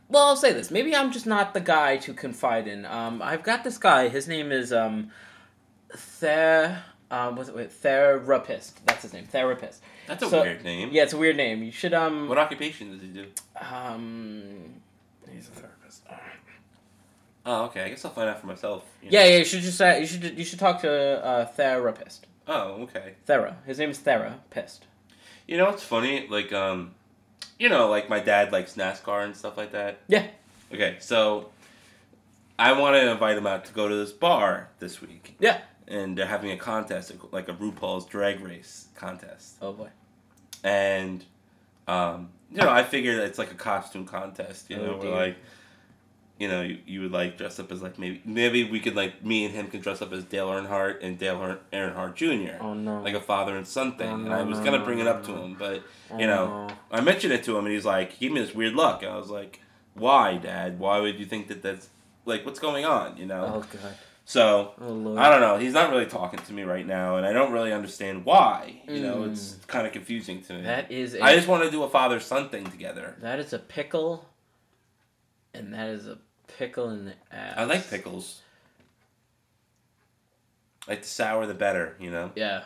Well, I'll say this. Maybe I'm just not the guy to confide in. Um, I've got this guy. His name is um, Ther. Um, what's it? Wait, therapist. That's his name. Therapist.
That's a
so-
weird name.
Yeah, it's a weird name. You should um.
What occupation does he do?
Um, he's a therapist.
Oh, okay. I guess I'll find out for myself. you
Yeah,
know.
yeah. You should just uh, you should you should talk to a therapist.
Oh, okay.
Thera. His name is Therapist.
You know what's funny? Like, um, you know, like my dad likes NASCAR and stuff like that.
Yeah.
Okay, so I want to invite him out to go to this bar this week,
Yeah.
and they're having a contest, like a RuPaul's Drag Race contest.
Oh boy.
and um, you know, I figured it's like a costume contest. You know,
Oh,
where
dear.
like, you know, you, you would like dress up as like maybe maybe we could like me and him can dress up as Dale Earnhardt and Dale Earn- Earnhardt Jr.
Oh no.
Like a father and son thing,
Oh,
and
no,
I was
no,
gonna
no,
bring it
no,
up to
no.
him, but
Oh,
you know,
no.
I mentioned it to him, and he's like, he gave me this weird look, and I was like, why, Dad? Why would you think that that's like what's going on? You know,
Oh god.
so
Oh lord.
I don't know. He's not really talking to me right now, and I don't really understand why. You know,
Mm.
it's kind of confusing to me.
That is a
I just want to do a father son thing together.
that is a pickle, and that is a pickle in the ass.
I like pickles. Like the sour, the better, you know.
Yeah.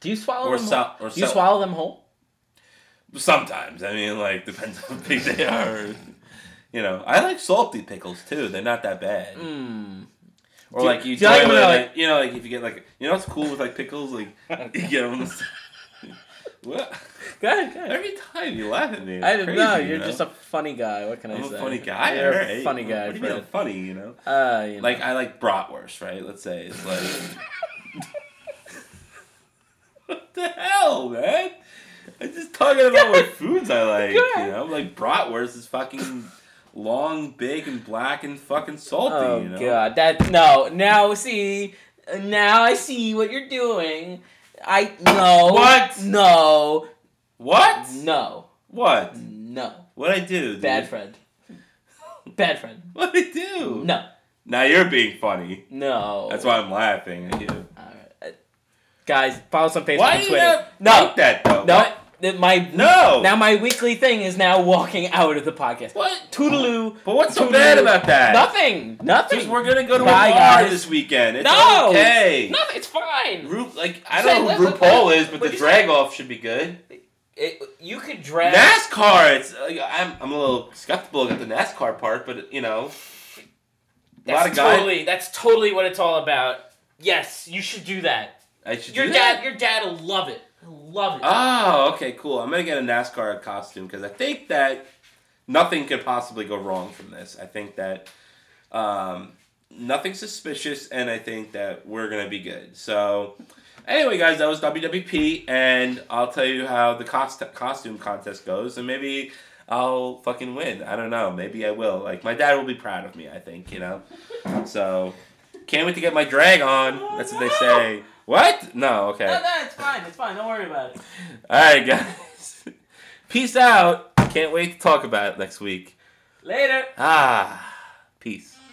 Do you swallow
Or
them?
so-
whole?
or
Do you
so-
swallow them
(laughs)
whole?
Sometimes, I mean, like (laughs) depends how big they are. You know, I like salty pickles too. They're not that bad.
Mm.
Hmm. Or
Do-
like you,
do you like them
try with,
in a,
like, you know, like if you get like you know what's cool with like pickles, (laughs) like you get them. on the side. what?
Go ahead. Go ahead.
Every time you laugh at me, it's
I
crazy,
no,
you
you're
know?
just a funny guy. What can I
I'm a
say?
funny guy.
You're a
alright.
funny guy,
What do you mean I'm
Fred.
funny? You know,
Uh, you know.
like I like bratwurst, right? Let's say it's like. (laughs) what the hell, man? I'm just talking
(laughs)
about what foods I like. You
Good.
know, like bratwurst is fucking long, big, and black, and fucking salty.
Oh
you know.
god, that no. Now see, now I see what you're doing. I no.
What?
No.
What?
No.
What?
No.
What I do? Dude?
Bad friend. Bad friend.
What I do?
No.
Now you're being funny.
No.
That's why I'm laughing at you.
All right. Uh, Guys, follow us on Facebook
Why
and
do you
Twitter.
not
No.
like that though?
No.
What?
that My
No.
Now my weekly thing is now walking out of the podcast.
What?
Toodaloo.
But what's so bad about that?
Nothing. Nothing.
Just we're gonna go to
Bye,
a bar
guys.
this weekend. It's
no.
okay.
Nothing. It's fine.
Ru- like I
Say
don't know who
less
RuPaul
about-
is, but the
what'd you
drag off should be good.
It, you could drag.
NASCAR, it's uh, I'm, I'm a little skeptical at the NASCAR part, but you know, a lot of
That's
guys.
totally. That's totally what it's all about. Yes, you should do that. Uh,
I should
Your
do
dad.
that.
Your dad will love it. He'll Love it.
Oh, okay, cool. I'm gonna get a NASCAR costume because I think that nothing could possibly go wrong from this. I think that um, nothing suspicious, and I think that we're gonna be good. So, anyway, guys, that was WWP, and I'll tell you how the cost- costume contest goes, and maybe I'll fucking win. I don't know. Maybe I will. Like my dad will be proud of me. I think you know. So, can't wait to get my drag on. That's what they say. What? No. Okay.
No, no, it's fine. It's fine. Don't worry about it.
All right, guys. (laughs) Peace out. Can't wait to talk about it next week.
Later.
Ah, peace.